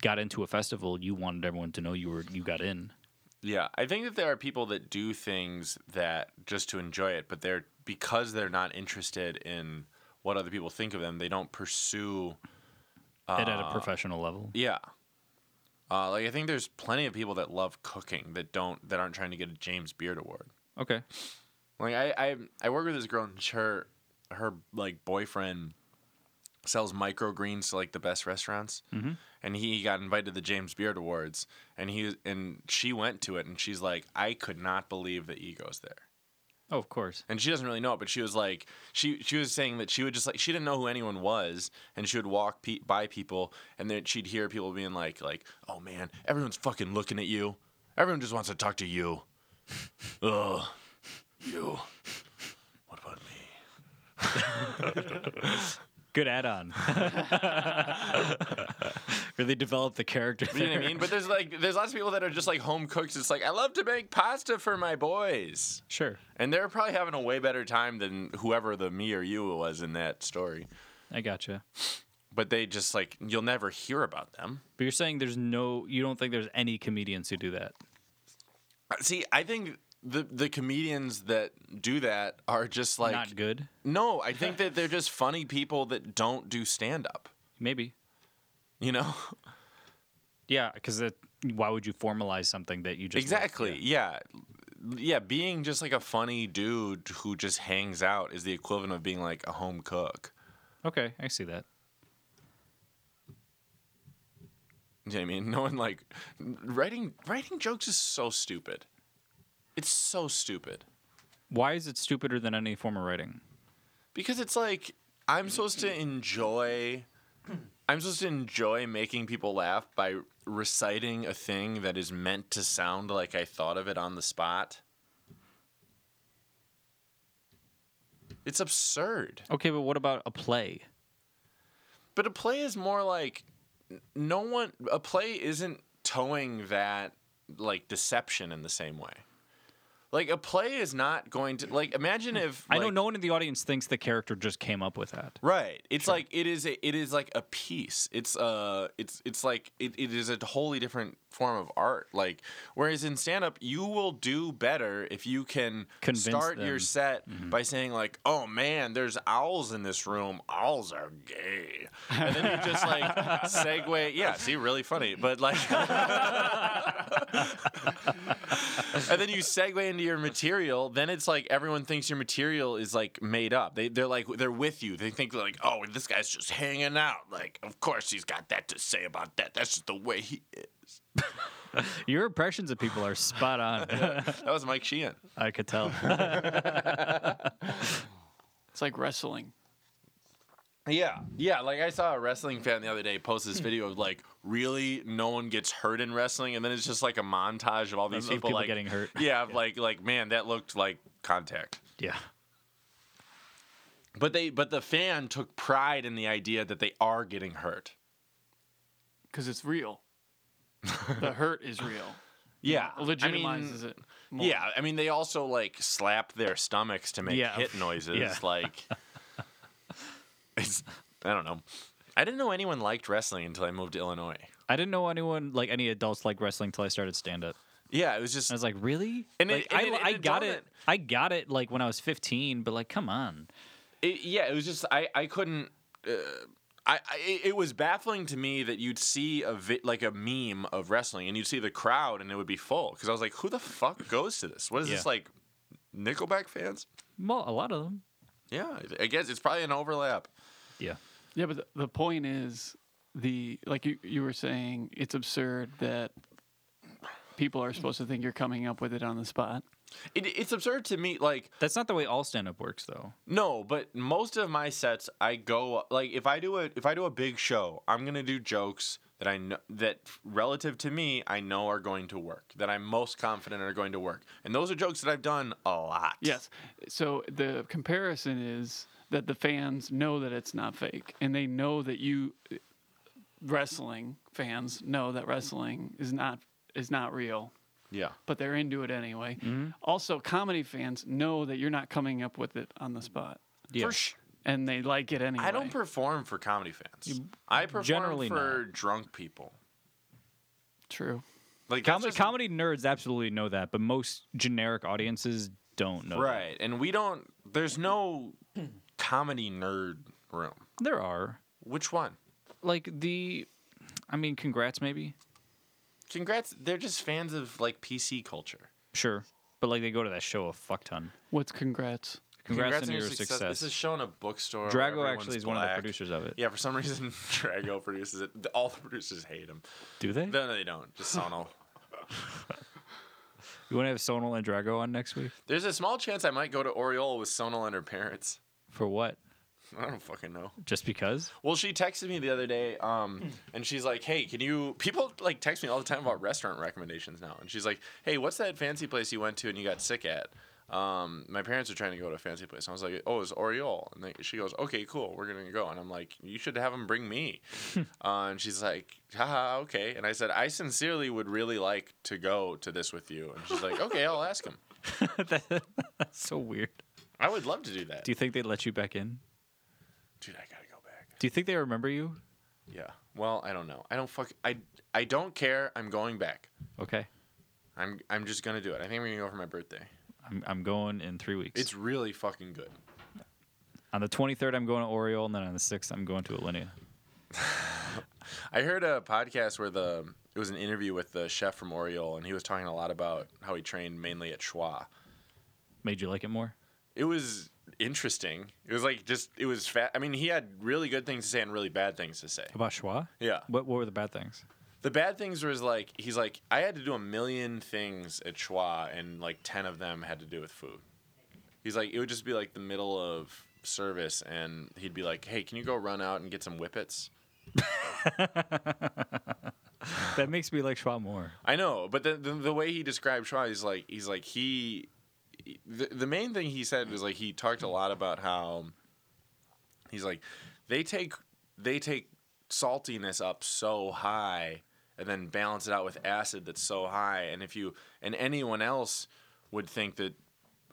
got into a festival, you wanted everyone to know you were you got in. Yeah, I think that there are people that do things that just to enjoy it, but they're because they're not interested in what other people think of them, they don't pursue. it Ah. at a professional level. Yeah, uh, like I think there's plenty of people that love cooking that don't that aren't trying to get a James Beard Award. Okay. Like I I, I work with this girl and her her like boyfriend sells microgreens to like the best restaurants. Mm-hmm. And he got invited to the James Beard Awards and he and she went to it and she's like, I could not believe that ego's there. Oh, of course. and she doesn't really know it, but she was like, she she was saying that she would just like she didn't know who anyone was, and she would walk pe- by people, and then she'd hear people being like, like, oh man, everyone's fucking looking at you, everyone just wants to talk to you, [LAUGHS] ugh, you, what about me? Good [LAUGHS] add-on. [LAUGHS] really developed the character. You know what I mean? But there's like there's lots of people that are just like home cooks. It's like I love to make pasta for my boys, Sure, and they're probably having a way better time than whoever the me or you was in that story. I gotcha. But they just like you'll never hear about them. But you're saying there's no, you don't think there's any comedians who do that. See, I think the the comedians that do that are just like Not good, no. [LAUGHS] I think that they're just funny people that don't do stand up. maybe. [LAUGHS] You know Yeah, because why would you formalize something that you just [LAUGHS] exactly. yeah. yeah, Being just like a funny dude who just hangs out is the equivalent of being like a home cook. Okay, I see that. You know what I mean? [LAUGHS] No one like writing writing jokes is so stupid. It's so stupid. Why is it stupider than any form of writing? Because it's like I'm supposed to enjoy I'm supposed to enjoy making people laugh by reciting a thing that is meant to sound like I thought of it on the spot. It's absurd. Okay, but what about a play? But a play is more like no one a play isn't towing that like deception in the same way. Like a play is not going to like imagine if I know like- no one in the audience thinks the character just came up with that. Right. It's like it is a it is like a piece. It's uh it's it's like it, it is a wholly different form of art. Like whereas in stand up you will do better if you can Convince start them. Mm-hmm. your set by saying like, "Oh man, there's owls in this room. Owls are gay." And then you [LAUGHS] just like segue, yeah, see really funny, but like [LAUGHS] and then you segue into your material. Then it's like everyone thinks your material is like made up. They they're like they're with you. They think like, oh, this guy's just hanging out. Like, of course he's got that to say about that. That's just the way he [LAUGHS] is. Your impressions of people are spot [LAUGHS] on. That was Mike Sheehan. I could [LAUGHS] tell. It's like wrestling. Yeah, yeah. Like I saw a wrestling fan the other day post this video of like, really, no one gets hurt in wrestling, and then it's just like a montage of all these Of people, people like getting hurt. Yeah, of like like man, that looked like contact. yeah. But they but the fan took pride in the idea that they are getting hurt. because it's real. the hurt is real. Yeah, I mean, Legitimizes it. more. Yeah, I mean they also like slap their stomachs to make Yeah. hit noises. Yeah. Like [LAUGHS] it's I don't know. I didn't know anyone liked wrestling until I moved to Illinois. I didn't know anyone like any adults like wrestling till I started stand up. Yeah, it was just I was like, really? And it- Like, and I, it- and I it got doesn't- it. I got it like when I was 15, but like, come on. it, yeah, it was just I I couldn't. Uh, I, I it- it was baffling to me that you'd see a vi- like a meme of wrestling and you'd see the crowd and it would be full because I was like, who the fuck goes to this? What is Yeah. this like? Nickelback fans? Well, a lot of them. Yeah, I guess it's probably an overlap. Yeah. Yeah, but the, the point is the like you you were saying it's absurd that people are supposed to think you're coming up with it on the spot. It, it's absurd to me. Like That's not the way all stand up works, though. No, but most of my sets I go like if I do a if I do a big show, I'm going to do jokes that I know that relative to me I know are going to work, that I'm most confident are going to work. And those are jokes that I've done a lot. Yes. So the comparison is that the fans know that it's not fake and they know that you wrestling fans know that wrestling is not is not real Yeah. but they're into it anyway. Also, comedy fans know that you're not coming up with it on the spot, Yeah. For sh- and they like it anyway. I don't perform for comedy fans. I perform generally for drunk people. True. Like that's Comedy, just- comedy nerds absolutely know that, but most generic audiences don't know. that. Right. And we don't there's no comedy nerd room. There are. Which one? Like, the, I mean, congrats, maybe. Congrats, they're just fans of like PC culture. Sure. But like, they go to that show a fuck ton. What's congrats? Congrats, on, your success. This is shown a bookstore. where Drago everyone's actually is one of the black. producers of it. Yeah, for some [LAUGHS] reason, Drago produces it. All the producers hate him. Do they? No, no, they don't. [LAUGHS] Just Sono. you want to have Sonal and Drago on next week? There's a small chance I might go to Oriole with Sono and her parents. For what? I don't fucking know. Just [LAUGHS] because? Well, she texted me the other day, Hmm. um, and she's like, "Hey, can you?" People like text me all the time about restaurant recommendations now, and she's like, "Hey, what's that fancy place you went to and you got sick at?" Um, my parents are trying to go to a fancy place, and I was like, "Oh, it's Oriole," and they, she goes, "Okay, cool, we're gonna go," and I'm like, "You should have them [LAUGHS] bring me," uh, and she's like, "Haha, okay," and I said, "I sincerely would really like to go to this with you," and she's like, "Okay, I'll ask him. That's so weird. I would love to do that, Do you think they'd let you back in? dude. I gotta go back." Do you think they remember you? Yeah. Well, I don't know. I don't fuck. I I don't care. I'm going back. Okay. I'm I'm just gonna do it. I think we're gonna go for my birthday. I'm, I'm going in three weeks. It's really fucking good. on the 23rd, I'm going to Oriole, and then on the 6th, I'm going to Alinea. I heard a podcast where the it was an interview with the chef from Oriole, and he was talking a lot about how he trained mainly at Schwa. Made you like it more? It was interesting. It was like just it was fat. I mean, he had really good things to say and really bad things to say. About Schwa? Yeah. What, what were the bad things? The bad things was like he's like I had to do a million things at Schwa, and like ten of them had to do with food. He's like it would just be like the middle of service, and he'd be like, "Hey, can you go run out and get some whippets?" That makes me like Schwa more. I know, but the, the the way he described Shaw, he's like he's like he, the, the main thing he said was like he talked a lot about how he's like they take they take saltiness up so high and then balance it out with acid that's so high and if you and anyone else would think that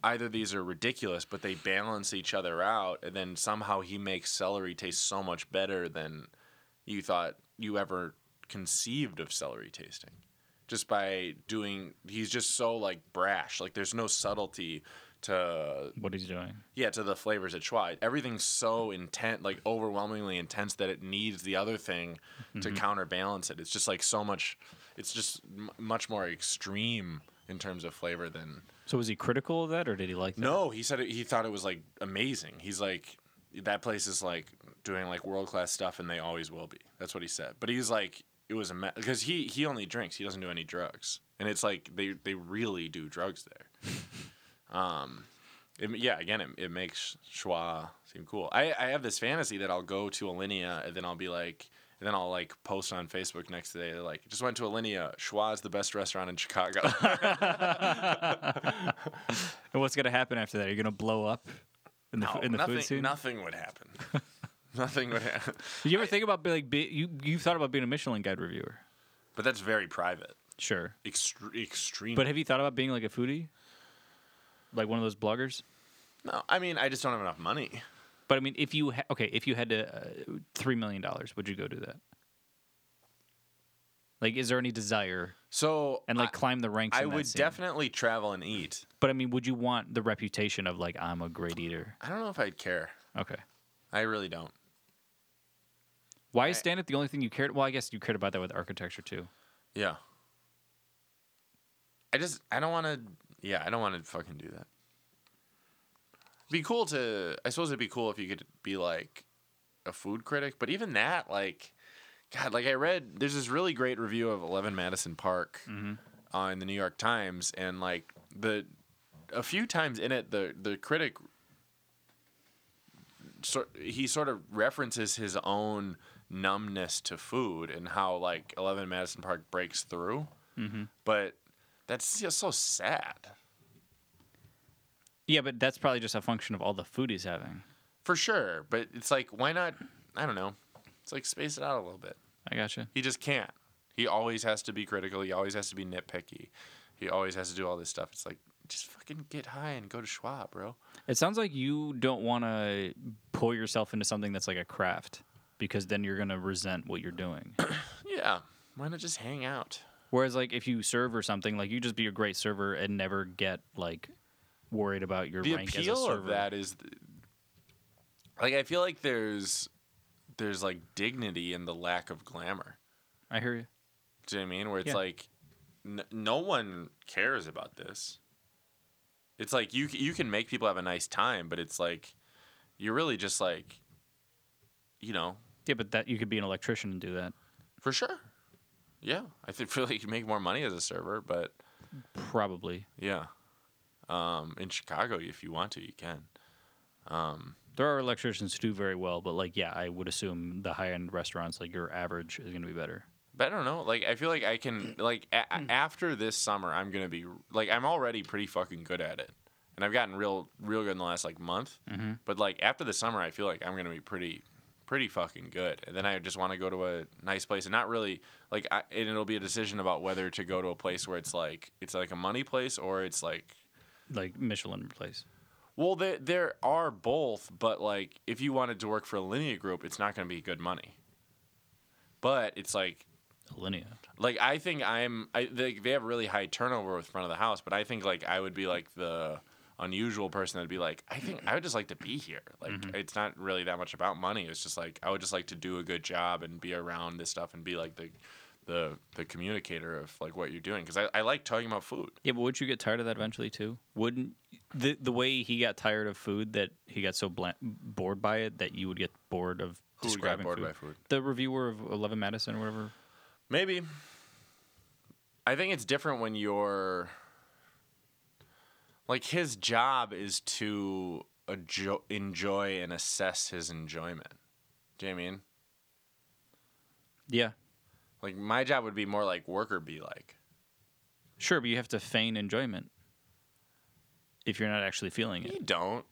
either of these are ridiculous but they balance each other out and then somehow he makes celery taste so much better than you thought you ever conceived of celery tasting just by doing he's just so like brash like there's no subtlety to What he's doing. yeah, to the flavors at Schwa. Everything's so intent, like overwhelmingly intense, that it needs the other thing to counterbalance it. It's just like so much. It's just m- much more extreme in terms of flavor than. So was he critical of that, or did he like that? No, he said it, he thought it was like amazing. He's like, that place is like doing like world class stuff, and they always will be. That's what he said. But he's like, it was a because he he only drinks. He doesn't do any drugs, and it's like they they really do drugs there. [LAUGHS] Um, It, yeah, again, it, it makes schwa seem cool. I, I have this fantasy that I'll go to Alinea and then I'll be like, and then I'll like post on Facebook next day, like, just went to Alinea. Schwa is the best restaurant in Chicago. [LAUGHS] And what's gonna happen after that? Are you gonna blow up in the No, [LAUGHS] in the nothing, food scene? nothing would happen. [LAUGHS] nothing would happen. You ever think about be- like be, you you thought about being a Michelin guide reviewer? [LAUGHS] But that's very private. Sure, Extre- extreme. but have you thought about being like a foodie, like one of those bloggers? no, I mean, I just don't have enough money. But I mean, if you ha- okay, if you had to uh, three million dollars, would you go do that? Like, is there any desire So and like I- climb the ranks? I, in that would scene? definitely travel and eat. But I mean, would you want the reputation of like I'm a great eater? I don't know if I'd care. Okay. I really don't. Why is stand up the only thing you cared? Well, I guess you cared about that with architecture too. Yeah. I just I don't want to. Yeah, I don't want to fucking do that. Be cool to. I suppose it'd be cool if you could be like a food critic, but even that, like, God, like I read there's this really great review of Eleven Madison Park uh, in the New York Times, and like the a few times in it, the the critic sort he sort of references his own numbness to food and how like Eleven Madison Park breaks through, but that's just so sad. Yeah, but that's probably just a function of all the food he's having. For sure, but it's like why not? I don't know. It's like space it out a little bit. I gotcha. He just can't. He always has to be critical. He always has to be nitpicky. He always has to do all this stuff. It's like just fucking get high and go to Schwab, bro. It sounds like you don't want to pull yourself into something that's like a craft because then you're going to resent what you're [COUGHS] doing. Yeah. Why not just hang out? Whereas, like, if you serve or something, like, you just be a great server and never get, like, worried about your the rank appeal as a server. of that is th- like I feel like there's there's like dignity in the lack of glamour. I hear you. Do you know what I mean? Where it's Yeah. like n- no one cares about this. It's like you c- you can make people have a nice time, but it's like you're really just like you know Yeah, but that you could be an electrician and do that. for sure. Yeah, I think [LAUGHS] feel like you make more money as a server, but Probably. yeah, um, in Chicago, if you want to, you can. There are electricians who do very well, but, like, yeah, I would assume the high end restaurants, like, your average is going to be better. But I don't know. Like, I feel like I can, like, a- a- after this summer, I'm going to be, like, I'm already pretty fucking good at it. And I've gotten real, real good in the last, like, month. But, like, after the summer, I feel like I'm going to be pretty, pretty fucking good. And then I just want to go to a nice place and not really, like, I, and it'll be a decision about whether to go to a place where it's, like, it's, like, a money place or it's, like, Like, Michelin place. well, there, there are both, but, like, if you wanted to work for a linear group, it's not going to be good money. But it's, like, Alinea. like I think I'm I they, they have really high turnover with front of the house, but I think like I would be like the unusual person that'd be like I think I would just like to be here. Like it's not really that much about money. It's just like I would just like to do a good job and be around this stuff and be like the the the communicator of like what you're doing because I, I like talking about food. Yeah, but would you get tired of that eventually too? Wouldn't the the way he got tired of food that he got so bland, bored by it that you would get bored of Who would get describing bored food? by food? The reviewer of Eleven Madison or whatever. Maybe. I think it's different when you're like his job is to ajo- enjoy and assess his enjoyment. Do you know what I mean? Yeah, Like my job would be more like worker be like. sure, but you have to feign enjoyment if you're not actually feeling You it. don't.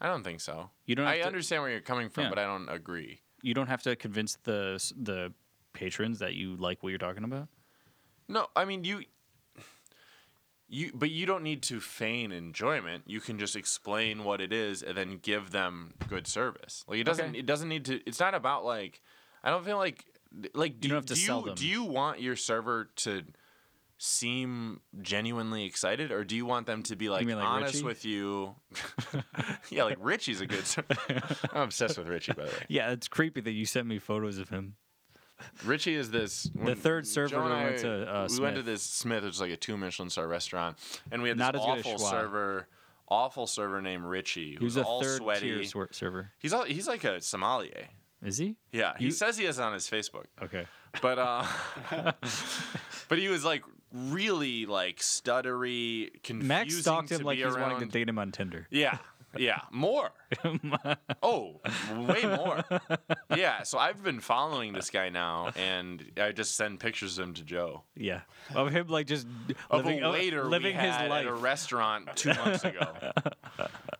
I don't think so. You don't. Have I to, understand where you're coming from, Yeah. but I don't agree. you don't have to convince the s- the patrons that you like what you're talking about. No, I mean you. You, but you don't need to feign enjoyment. You can just explain what it is and then give them good service. Like it doesn't. Okay. It doesn't need to. It's not about like. I don't feel like like do don't have to do sell you, them. Do you want your server to seem genuinely excited, or do you want them to be like, mean like Richie? honest with [LAUGHS] you? [LAUGHS] yeah, like Richie's a good. Ser- I'm obsessed with Richie, by the way. Yeah, it's creepy that you sent me photos of him. Richie is this when third server Joe and we went I- to, uh, we went to Smith. this Smith, which is like a two Michelin star restaurant, and we had this Not as good as awful Schwab. server, awful server named Richie, He was who's a all third tier sweaty. sor- server. he's all he's like a sommelier. Is he? Yeah, he You- says he has it on his Facebook, Okay. [LAUGHS] but uh, [LAUGHS] but he was like really like stuttery, confusing. Max stalked him to like be he's wanting to around. date him on Tinder. Yeah. Yeah, [LAUGHS] more. oh, way more. Yeah, so I've been following this guy now, and I just send pictures of him to Joe. Yeah, of him like just [LAUGHS] of living, oh, a waiter living we his had life. at a restaurant two months [LAUGHS] ago.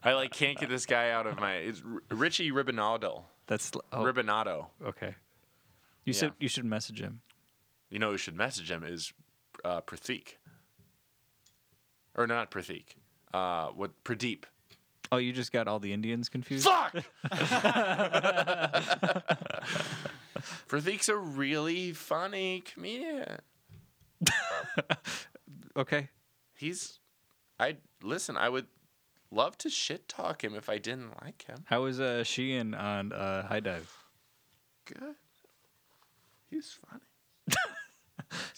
I like can't get this guy out of my. It's R- Richie Ribonado. That's oh, Ribonado. okay. You Yeah. should you should message him. You know who should message him is uh, Pratik, or not Pratik. Uh, what Pradeep? Oh, you just got all the Indians confused. Fuck. Pratik's a really funny comedian. Okay. He's, I listen. I would love to shit talk him if I didn't like him. How was uh, Sheehan on uh, High Dive? good. He's funny.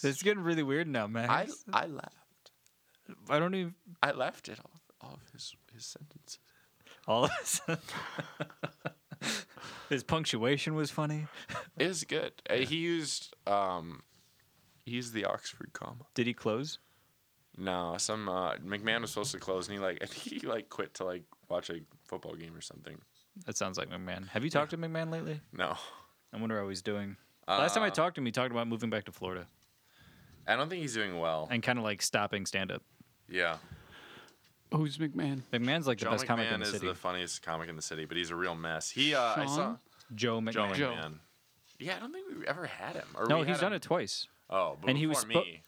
It's getting really weird now, I Max. I laughed. I, don't even I laughed at all, all of his, his sentences. all of this. [LAUGHS] His punctuation was funny. It was good. Uh, He used um, he used the Oxford comma. Did he close? No, some uh, McMahon was supposed to close, and he like [LAUGHS] I think he like quit to like watch a football game or something. That sounds like McMahon. Have you talked to McMahon lately? No, I wonder how he's doing. Last Uh, time I talked to him, he talked about moving back to Florida I don't think he's doing well. and kind of like stopping stand up. Yeah, Who's McMahon? McMahon's like the Joe best comic in McMahon the is city. the funniest comic in the city, but he's a real mess. He uh, I saw Sean? Joe McMahon. Joe McMahon. Joe. Yeah, I don't think we ever had him. Or No, we he's had done him- it twice. Oh, but and he before was spo- me.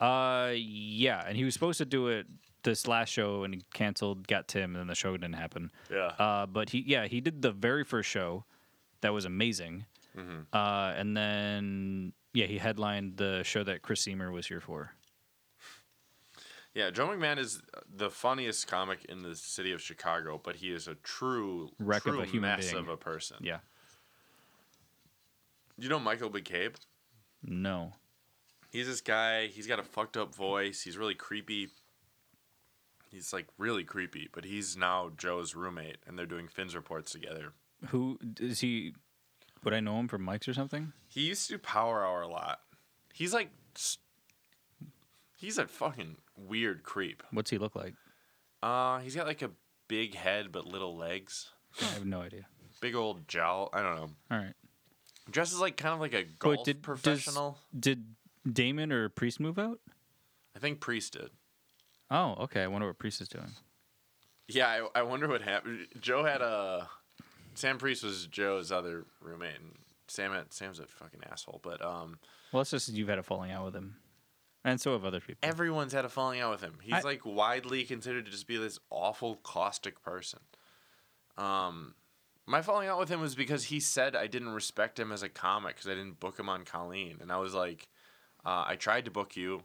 Uh, yeah, and he was supposed to do it this last show, and he canceled, got Tim, and then the show didn't happen. Yeah. Uh, but he, yeah, he did the very first show, that was amazing. Mm-hmm. Uh, and then yeah, he headlined the show that Chris Seymour was here for. Yeah, Joe McMahon is the funniest comic in the city of Chicago, but he is a true Wreck of true a human mess being. of a person. Yeah. You know Michael McCabe? No. He's this guy, he's got a fucked up voice, he's really creepy. He's like really creepy, but he's now Joe's roommate and they're doing Finn's reports together. Who is he? Would I know him from Mike's or something? He used to do Power Hour a lot. He's like s- he's a fucking weird creep. What's he look like? Uh, he's got like a big head but little legs. I have no idea. Big old jowl. I don't know. All right. Dresses like kind of like a But golf did- does- professional. Did Damon or Priest move out? I think Priest did. Oh, okay. I wonder what Priest is doing. Yeah, I, I wonder what happened. Joe had a Sam Priest was Joe's other roommate, and Sam had, Sam's a fucking asshole. But um, Well, it's just you've had a falling out with him, and so have other people. everyone's had a falling out with him. He's I- like widely considered to just be this awful caustic person. Um, my falling out with him was because he said I didn't respect him as a comic because I didn't book him on Colleen, and I was like, uh, I tried to book you.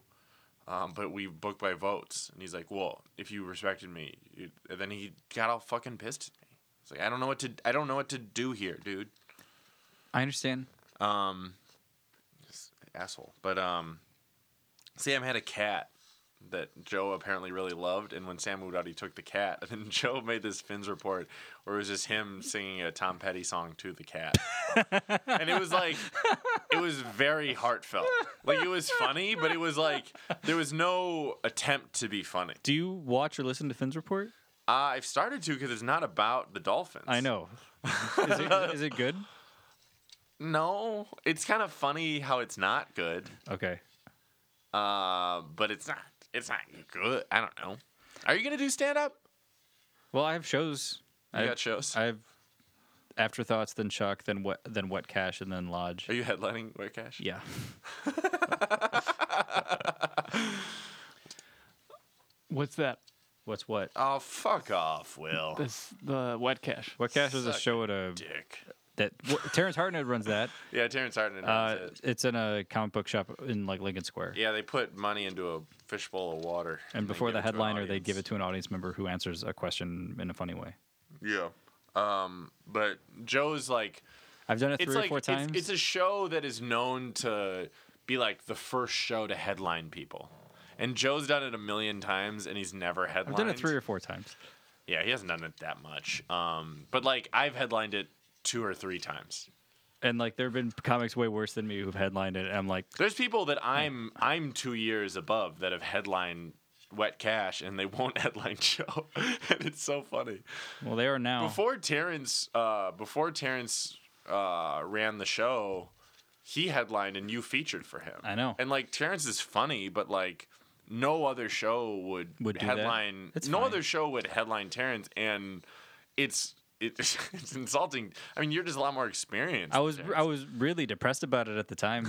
Um, but we booked by votes, and he's like, "Well, if you respected me," you and then he got all fucking pissed at me. It's like I don't know what to I don't know what to do here, dude. I understand. Um, just asshole. But um, Sam had a cat that Joe apparently really loved, and when Sam moved out, he took the cat, [LAUGHS] and then Joe made this Finn's report where it was just him singing a Tom Petty song to the cat, and it was like, it was very heartfelt. Like it was funny, but it was like there was no attempt to be funny. Do you watch or listen to Finn's Report? Uh, I've started to because it's not about the Dolphins. I know. is, it, is it good? No, it's kind of funny how it's not good. [LAUGHS] Okay. Uh, but it's not. It's not good. I don't know. Are you gonna do stand up? Well, I have shows. You I, got shows. I've Afterthoughts, then Chuck, then Wet, then Wet Cash, and then Lodge. Are you headlining Wet Cash? Yeah. What's that? [LAUGHS] What's what? Oh, fuck [LAUGHS] off, Will. This the wet cash. Wet Cash is a Suck show at a Dick. that wh- Terrence Hartnett runs that. Yeah, Terrence Hartnett. [LAUGHS] Uh, owns it. it's in a comic book shop in like Lincoln Square. Yeah, they put money into a fishbowl of water. And they before give the it to an headliner, they give it audience. to an audience member who answers a question in a funny way. Yeah. Um, but Joe's like, I've done it it's three or like four it's- times. It's, a show that is known to be like the first show to headline people. And Joe's done it a million times, and he's never headlined. I've done it three or four times. Yeah, he hasn't done it that much. Um, but like I've headlined it two or three times. And like there have been comics way worse than me who've headlined it. And I'm like, There's people that I'm I'm two years above that have headlined Wet Cash, and they [LAUGHS] won't headline Joe, [LAUGHS] and it's so funny. well, they are now. Before Terrence, uh, before Terrence uh, ran the show, he headlined and you featured for him. I know. And like Terrence is funny, but like no other show would Would do that. headline. It's no fine. other show would headline Terrence, and it's it's, [LAUGHS] it's insulting. I mean, you're just a lot more experienced. I than was I Terrence. was really depressed about it at the [LAUGHS] time.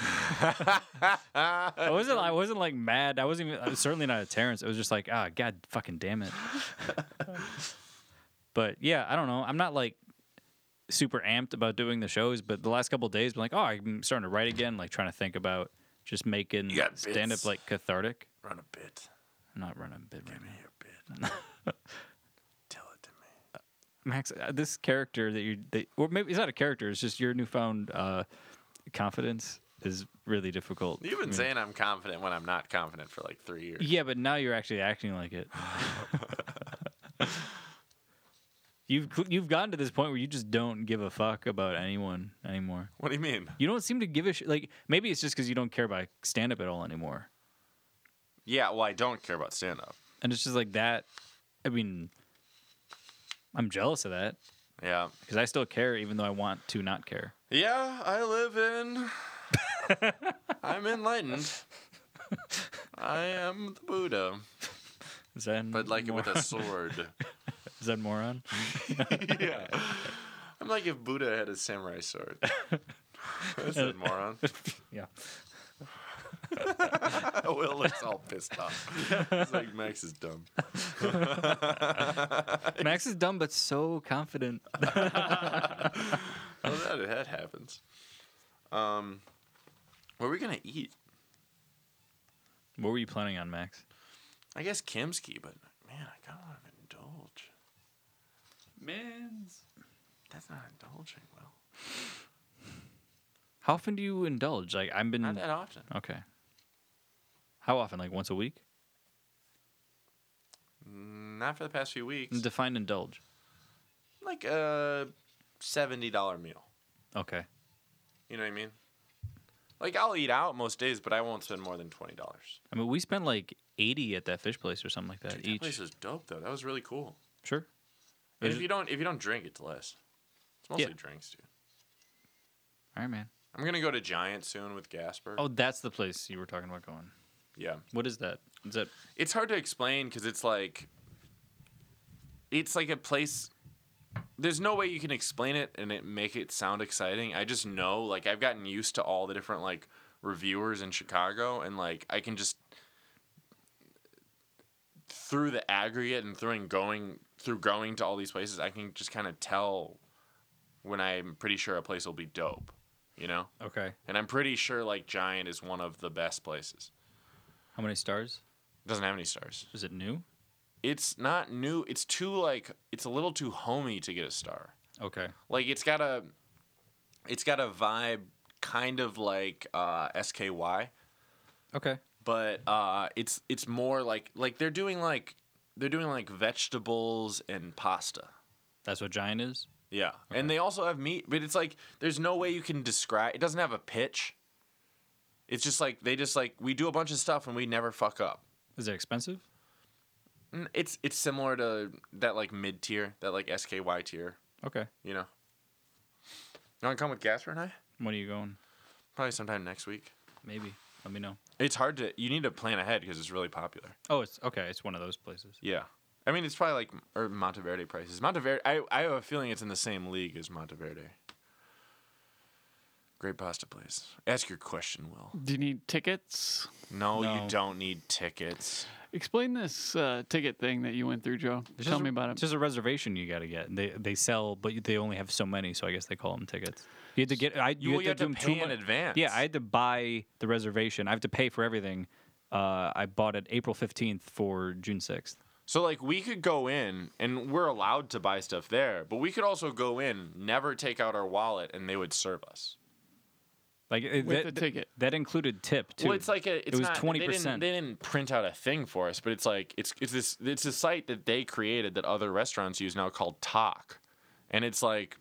I wasn't I wasn't like mad. I wasn't even I was certainly not at Terrence. It was just like ah god fucking damn [LAUGHS] it. but yeah, I don't know. I'm not like super amped about doing the shows, but the last couple of days, been like oh I'm starting to write again. Like trying to think about just making You got stand up bits. like cathartic. run a bit. I'm not running big right now. Your [LAUGHS] bit. Tell it to me. Max, uh, this character that you, that, or maybe it's not a character. It's just your newfound uh, confidence is really difficult. You've I been mean, saying I'm confident when I'm not confident for like three years. Yeah, but now you're actually acting like [LAUGHS] it. you've you've gotten to this point where you just don't give a fuck about anyone anymore. What do you mean? You don't seem to give a sh- like. Maybe it's just because you don't care about stand up at all anymore, Yeah, well, I don't care about stand up. and it's just like that. I mean, I'm jealous of that Yeah. because I still care, even though I want to not care. Yeah, I live in. I'm enlightened. I am the Buddha, Zen, but like with moron- [LAUGHS] a sword. Zen moron. yeah. I'm like if Buddha had a samurai sword. That's a moron. [LAUGHS] [LAUGHS] Yeah. Will looks all pissed off. It's like Max is dumb. Max is dumb but so confident. Well, that, that happens. Um, what are we gonna eat? [LAUGHS] what were you planning on, Max? I guess Kimski, but man, I kind of want to indulge. Men's. That's not indulging, Will. How often do you indulge? Like I've been Not that often. Okay. How often? Like once a week? Not for the past few weeks. Define indulge. like a seventy dollar meal. Okay. You know what I mean? Like I'll eat out most days, but I won't spend more than twenty dollars. I mean, we spent like 80 at that fish place or something like that That each. place was dope though. That was really cool. sure. And Is if it- you don't if you don't drink, it's less. It's mostly Yeah. drinks, dude. All right, man. I'm gonna go to Giant soon with Gasper. Oh, that's the place you were talking about going. yeah. What is that? Is that It's hard to explain because it's like it's like a place. There's no way you can explain it and it make it sound exciting. I just know, like I've gotten used to all the different like reviewers in Chicago, and like I can just through the aggregate and through and going through going to all these places, I can just kind of tell when I'm pretty sure a place will be dope, you know. okay? And I'm pretty sure like Giant is one of the best places. How many stars? It doesn't have any stars. Is it new? it's not new. It's too like it's a little too homey to get a star. Okay. Like it's got a it's got a vibe kind of like uh SKY, Okay. but uh it's it's more like like they're doing like they're doing like vegetables and pasta. That's what Giant is. Yeah. And they also have meat, but it's like there's no way you can describe it doesn't have a pitch. It's just like they just like we do a bunch of stuff and we never fuck up. Is it expensive? Mm, It's it's similar to that like mid tier, that like SKY tier. Okay. you know. You want to come with Gasper and I? When are you going? Probably sometime next week. Maybe. Let me know. It's hard to. You need to plan ahead because it's really popular. Oh, it's okay. It's one of those places. Yeah. I mean, it's probably like or Monteverde prices. Monteverde. I I have a feeling it's in the same league as Monteverde. Great pasta place. Ask your question, Will. Do you need tickets? No, No. you don't need tickets. Explain this uh, ticket thing that you went through, Joe. Tell just a- me about it. It's just a reservation you got to get. They they sell, but you- they only have so many, so I guess they call them tickets. You had to get. I, you, You had to, had do to 'em pay two in mon- advance. Yeah, I had to buy the reservation. I have to pay for everything. Uh, I bought it April fifteenth for June sixth. So like we could go in and we're allowed to buy stuff there, but we could also go in, never take out our wallet, and they would serve us. Like it- With that, the ticket. that included tip too. Well, it's like a, it's it was not- they twenty didn't- percent. They didn't print out a thing for us, but it's like it's it's this it's a site that they created that other restaurants use now called Talk, and it's like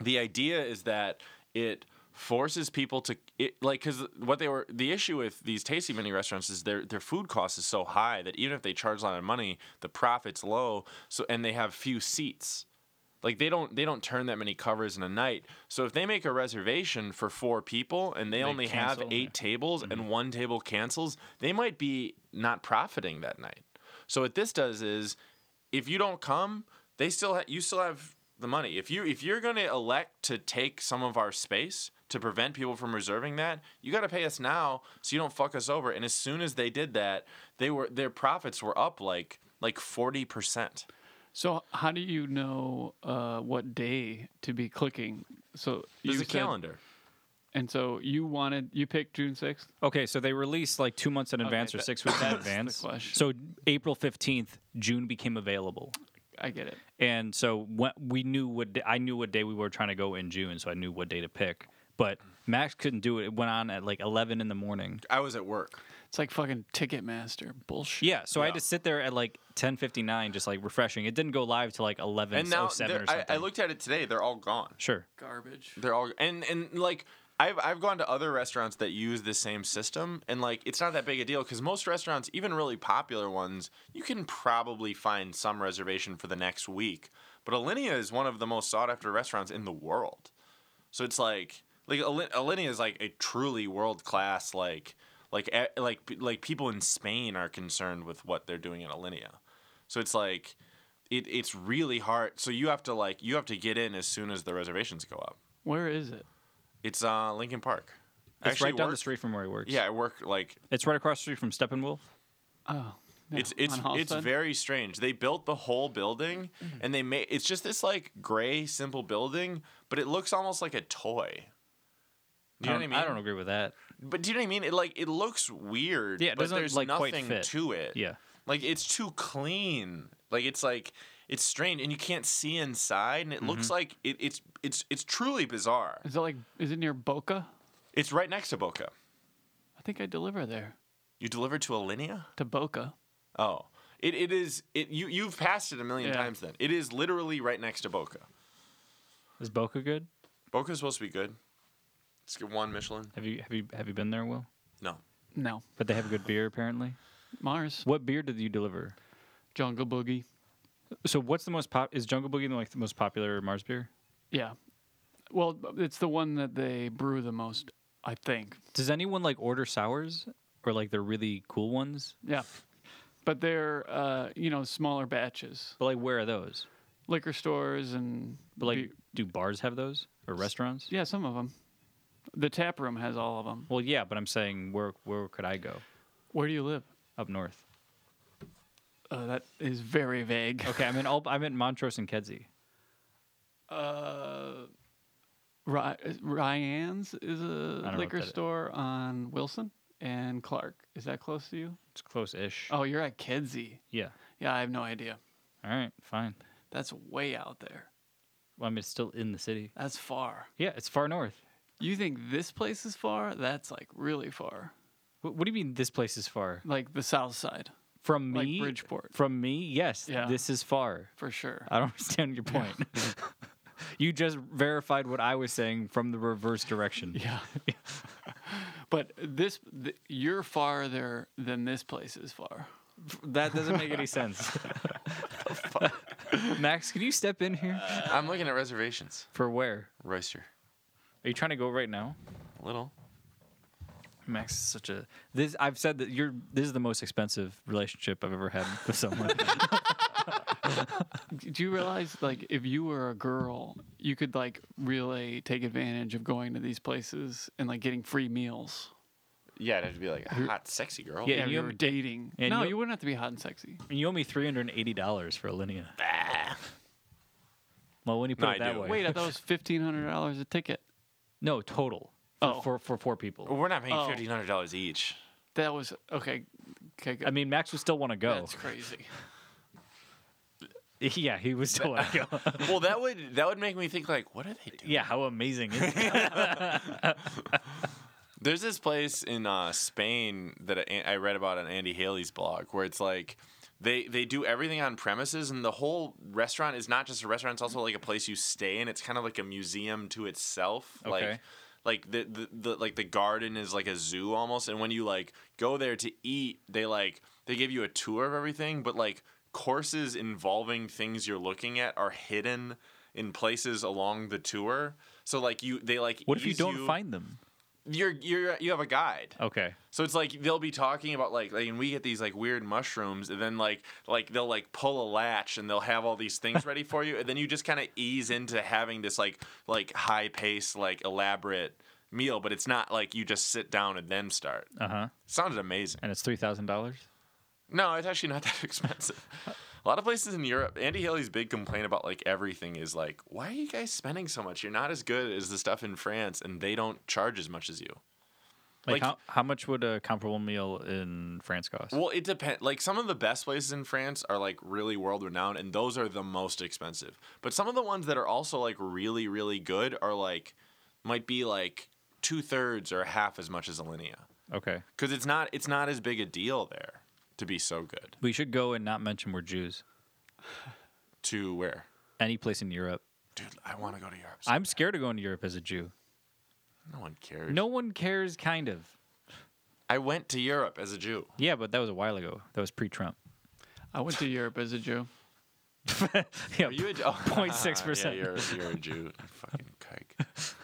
the idea is that it forces people to it like because what they were the issue with these tasty mini restaurants is their their food cost is so high that even if they charge a lot of money the profit's low so and they have few seats like they don't they don't turn that many covers in a night so if they make a reservation for four people and they, Mm-hmm. only have cancel, eight tables and one table cancels they might be not profiting that night so what this does is if you don't come they still ha- you still have the money if you if you're going to elect to take some of our space to prevent people from reserving that you got to pay us now so you don't fuck us over and as soon as they did that they were their profits were up like like 40% So, how do you know uh, what day to be clicking? So there's you a said- calendar and so you wanted you picked June sixth. Okay, so they released like two months in advance or that- six weeks in [COUGHS] that's the advance. question. So April fifteenth, June became available, I get it. and so when we knew what da- I knew what day we were trying to go in June, so I knew what day to pick. But Max couldn't do it. It went on at like eleven in the morning. i was at work It's like fucking Ticketmaster bullshit. Yeah, so I had Yeah. to sit there at like ten fifty nine, just like refreshing. It didn't go live till like eleven and now oh seven they're- or I, something. I looked at it today they're all gone sure. garbage. They're all and and like I've I've gone to other restaurants that use this same system and like it's not that big a deal because most restaurants, even really popular ones, you can probably find some reservation for the next week. But Alinea is one of the most sought after restaurants in the world, so it's like like Alin- Alinea is like a truly world class like like eh, like like people in Spain are concerned with what they're doing in Alinea, so it's like. It, it's really hard so you have to like you have to get in as soon as the reservations go up Where is it? it's uh, Lincoln Park. I It's actually right down the work- street from where he works. Yeah, I work like It's right across the street from Steppenwolf. Oh, yeah, it's it's on it's Halstead? very strange. They built the whole building, Mm-hmm. and they made it's just this like gray, simple building, but it looks almost like a toy. Do you Um, I know what I don't- mean? I don't agree with that. But do you know what I mean? It like it looks weird. Yeah, it but doesn't, there's like, quite nothing fit. to it. Yeah. like it's too clean. Like it's like it's strange, and you can't see inside, and it Mm-hmm. looks like it, it's it's it's truly bizarre. Is it like is it near Boca? It's right next to Boca. I think I deliver there You deliver to Alinea. to Boca. Oh, it, it is it you you've passed it a million Yeah. times. Then it is literally right next to Boca. Is Boca good? Boca's supposed to be good. It's good one Michelin. Have you have you have you been there, Will? No, No, But they have good beer apparently. Mars What beer did you deliver? Jungle Boogie. So what's the most pop? Is Jungle Boogie the, like the most popular Mars beer? Yeah, well, it's the one that they brew the most, I think. Does anyone like order sours or like the really cool ones? Yeah, but they're uh, you know smaller batches, But like where are those? liquor stores and But like be- do bars have those or restaurants? yeah, some of them. The tap room has all of them. Well, yeah, but I'm saying where where could I go Where do you live? up north? Uh, that is very vague. Okay, I'm in all, I'm in Montrose and Kedzie. [LAUGHS] Ry- Ryan's is a know what liquor that is. store on Wilson and Clark. Is that close to you? It's close-ish. Oh, you're at Kedzie. Yeah. Yeah, I have no idea. All right. Fine. That's way out there. Well, I mean, it's still in the city. That's far. Yeah, it's far north. You think this place is far? That's like really far. What, what do you mean this place is far Like the south side, from Like me? Bridgeport. From me, yes. Yeah. This is far. for sure. I don't understand your point. [LAUGHS] you just verified what I was saying from the reverse direction. Yeah. [LAUGHS] but this, th- you're farther than this place is far. That doesn't make any sense. Max, can you step in here? I'm looking at reservations. For where? Royster, Are you trying to go right now? a little. Max is such a this. I've said that you're. This is the most expensive relationship I've ever had with someone. do you realize like if you were a girl, you could like really take advantage of going to these places and like getting free meals. Yeah, it'd have to be like a hot, sexy girl. Yeah. Yeah, and if you you- were dating. and no, you- you, wouldn't have to be hot [LAUGHS] and sexy. And you owe me three hundred and eighty dollars for Alinea. Well, when you put No, it I that do. way, Wait, I thought it was fifteen hundred dollars a ticket. no total. For, Oh. for for four people. We're not paying Oh. fifteen hundred dollars each. That was okay. Okay, good. I mean, Max would still want to go. that's [LAUGHS] crazy. yeah, he would still want to go. well, that would that would make me think like, what are they doing? yeah, how amazing is that? There's this place in uh, Spain that I, I read about on Andy Haley's blog where it's like they they do everything on premises and the whole restaurant is not just a restaurant; it's also like a place you stay and it's kind of like a museum to itself. Okay. Like like the, the the like the garden is like a zoo almost, and when you like go there to eat, they like they give you a tour of everything, but like courses involving things you're looking at are hidden in places along the tour. So like you they like What if you ease don't find them? you're you're you have a guide. Okay. So it's like they'll be talking about like, like and we get these like weird mushrooms and then like like they'll like pull a latch and they'll have all these things ready for you and then you just kind of ease into having this like like high paced like elaborate meal but it's not like you just sit down and then start. Uh huh. Sounded amazing. And it's three thousand dollars. No, it's actually not [LAUGHS] that expensive. A lot of places in Europe, Andy Haley's big complaint about like everything is like, why are you guys spending so much? You're not as good as the stuff in France and they don't charge as much as you. Like, Like- how, how much would a comparable meal in France cost? Well, it depends. Like some of the best places in France are like really world renowned, and those are the most expensive. But some of the ones that are also like really, really good are like might be like two thirds or half as much as Alinea, Okay. because it's not it's not as big a deal there to be so good. We should go and not mention we're Jews. To where, Any place in Europe. dude? I want to go to Europe. so- I'm scared of going to Europe as a Jew. no one cares. No one cares, kind of. I went to Europe as a Jew. Yeah, but that was a while ago. That was pre-Trump. [LAUGHS] I went to Europe as a Jew. yeah, Are you a Jew? Oh, 0.6%. [LAUGHS] yeah, you're, you're a Jew. Fucking kike.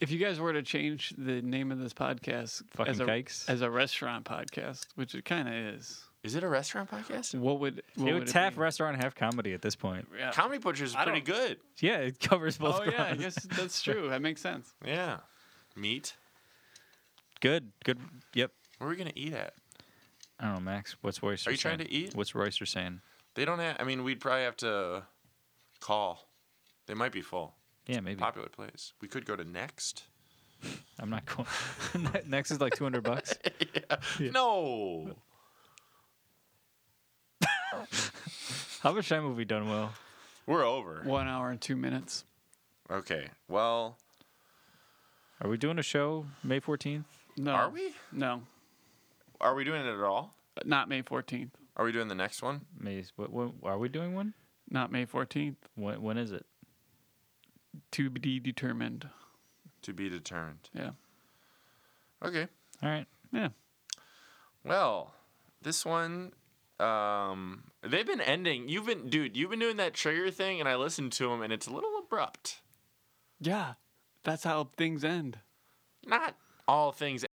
If you guys were to change the name of this podcast Fucking as a kikes. as a restaurant podcast, which it kind of is, Is it a restaurant podcast? what would what it would was it half be? restaurant, half comedy at this point. Yeah. Comedy Butcher's is I pretty good. Yeah, it covers both. Oh yeah, I grounds. guess that's true. That makes sense. Yeah, meat. Good, good. Yep. Where are we gonna eat at? I don't know, Max. What's Royster? Are you trying saying? to eat? What's Royster saying? They don't have. I mean, we'd probably have to call. They might be full. Yeah, maybe. Popular place. We could go to Next. I'm not going. [LAUGHS] Ne- Next is like 200 [LAUGHS] bucks. No. How much time have we done, Will? We're over. One hour and two minutes. Okay. Well, Are we doing a show May 14th? No, are we? No, Are we doing it at all? not May fourteenth. Are we doing the next one? May. What, what, are we doing one? Not May fourteenth. When, when is it? To be determined. To be determined. Yeah. Okay. All right. Yeah. Well, this one. Um, they've been ending. You've been, dude. You've been doing that trigger thing, and I listened to them, and it's a little abrupt. Yeah. That's how things end. Not all things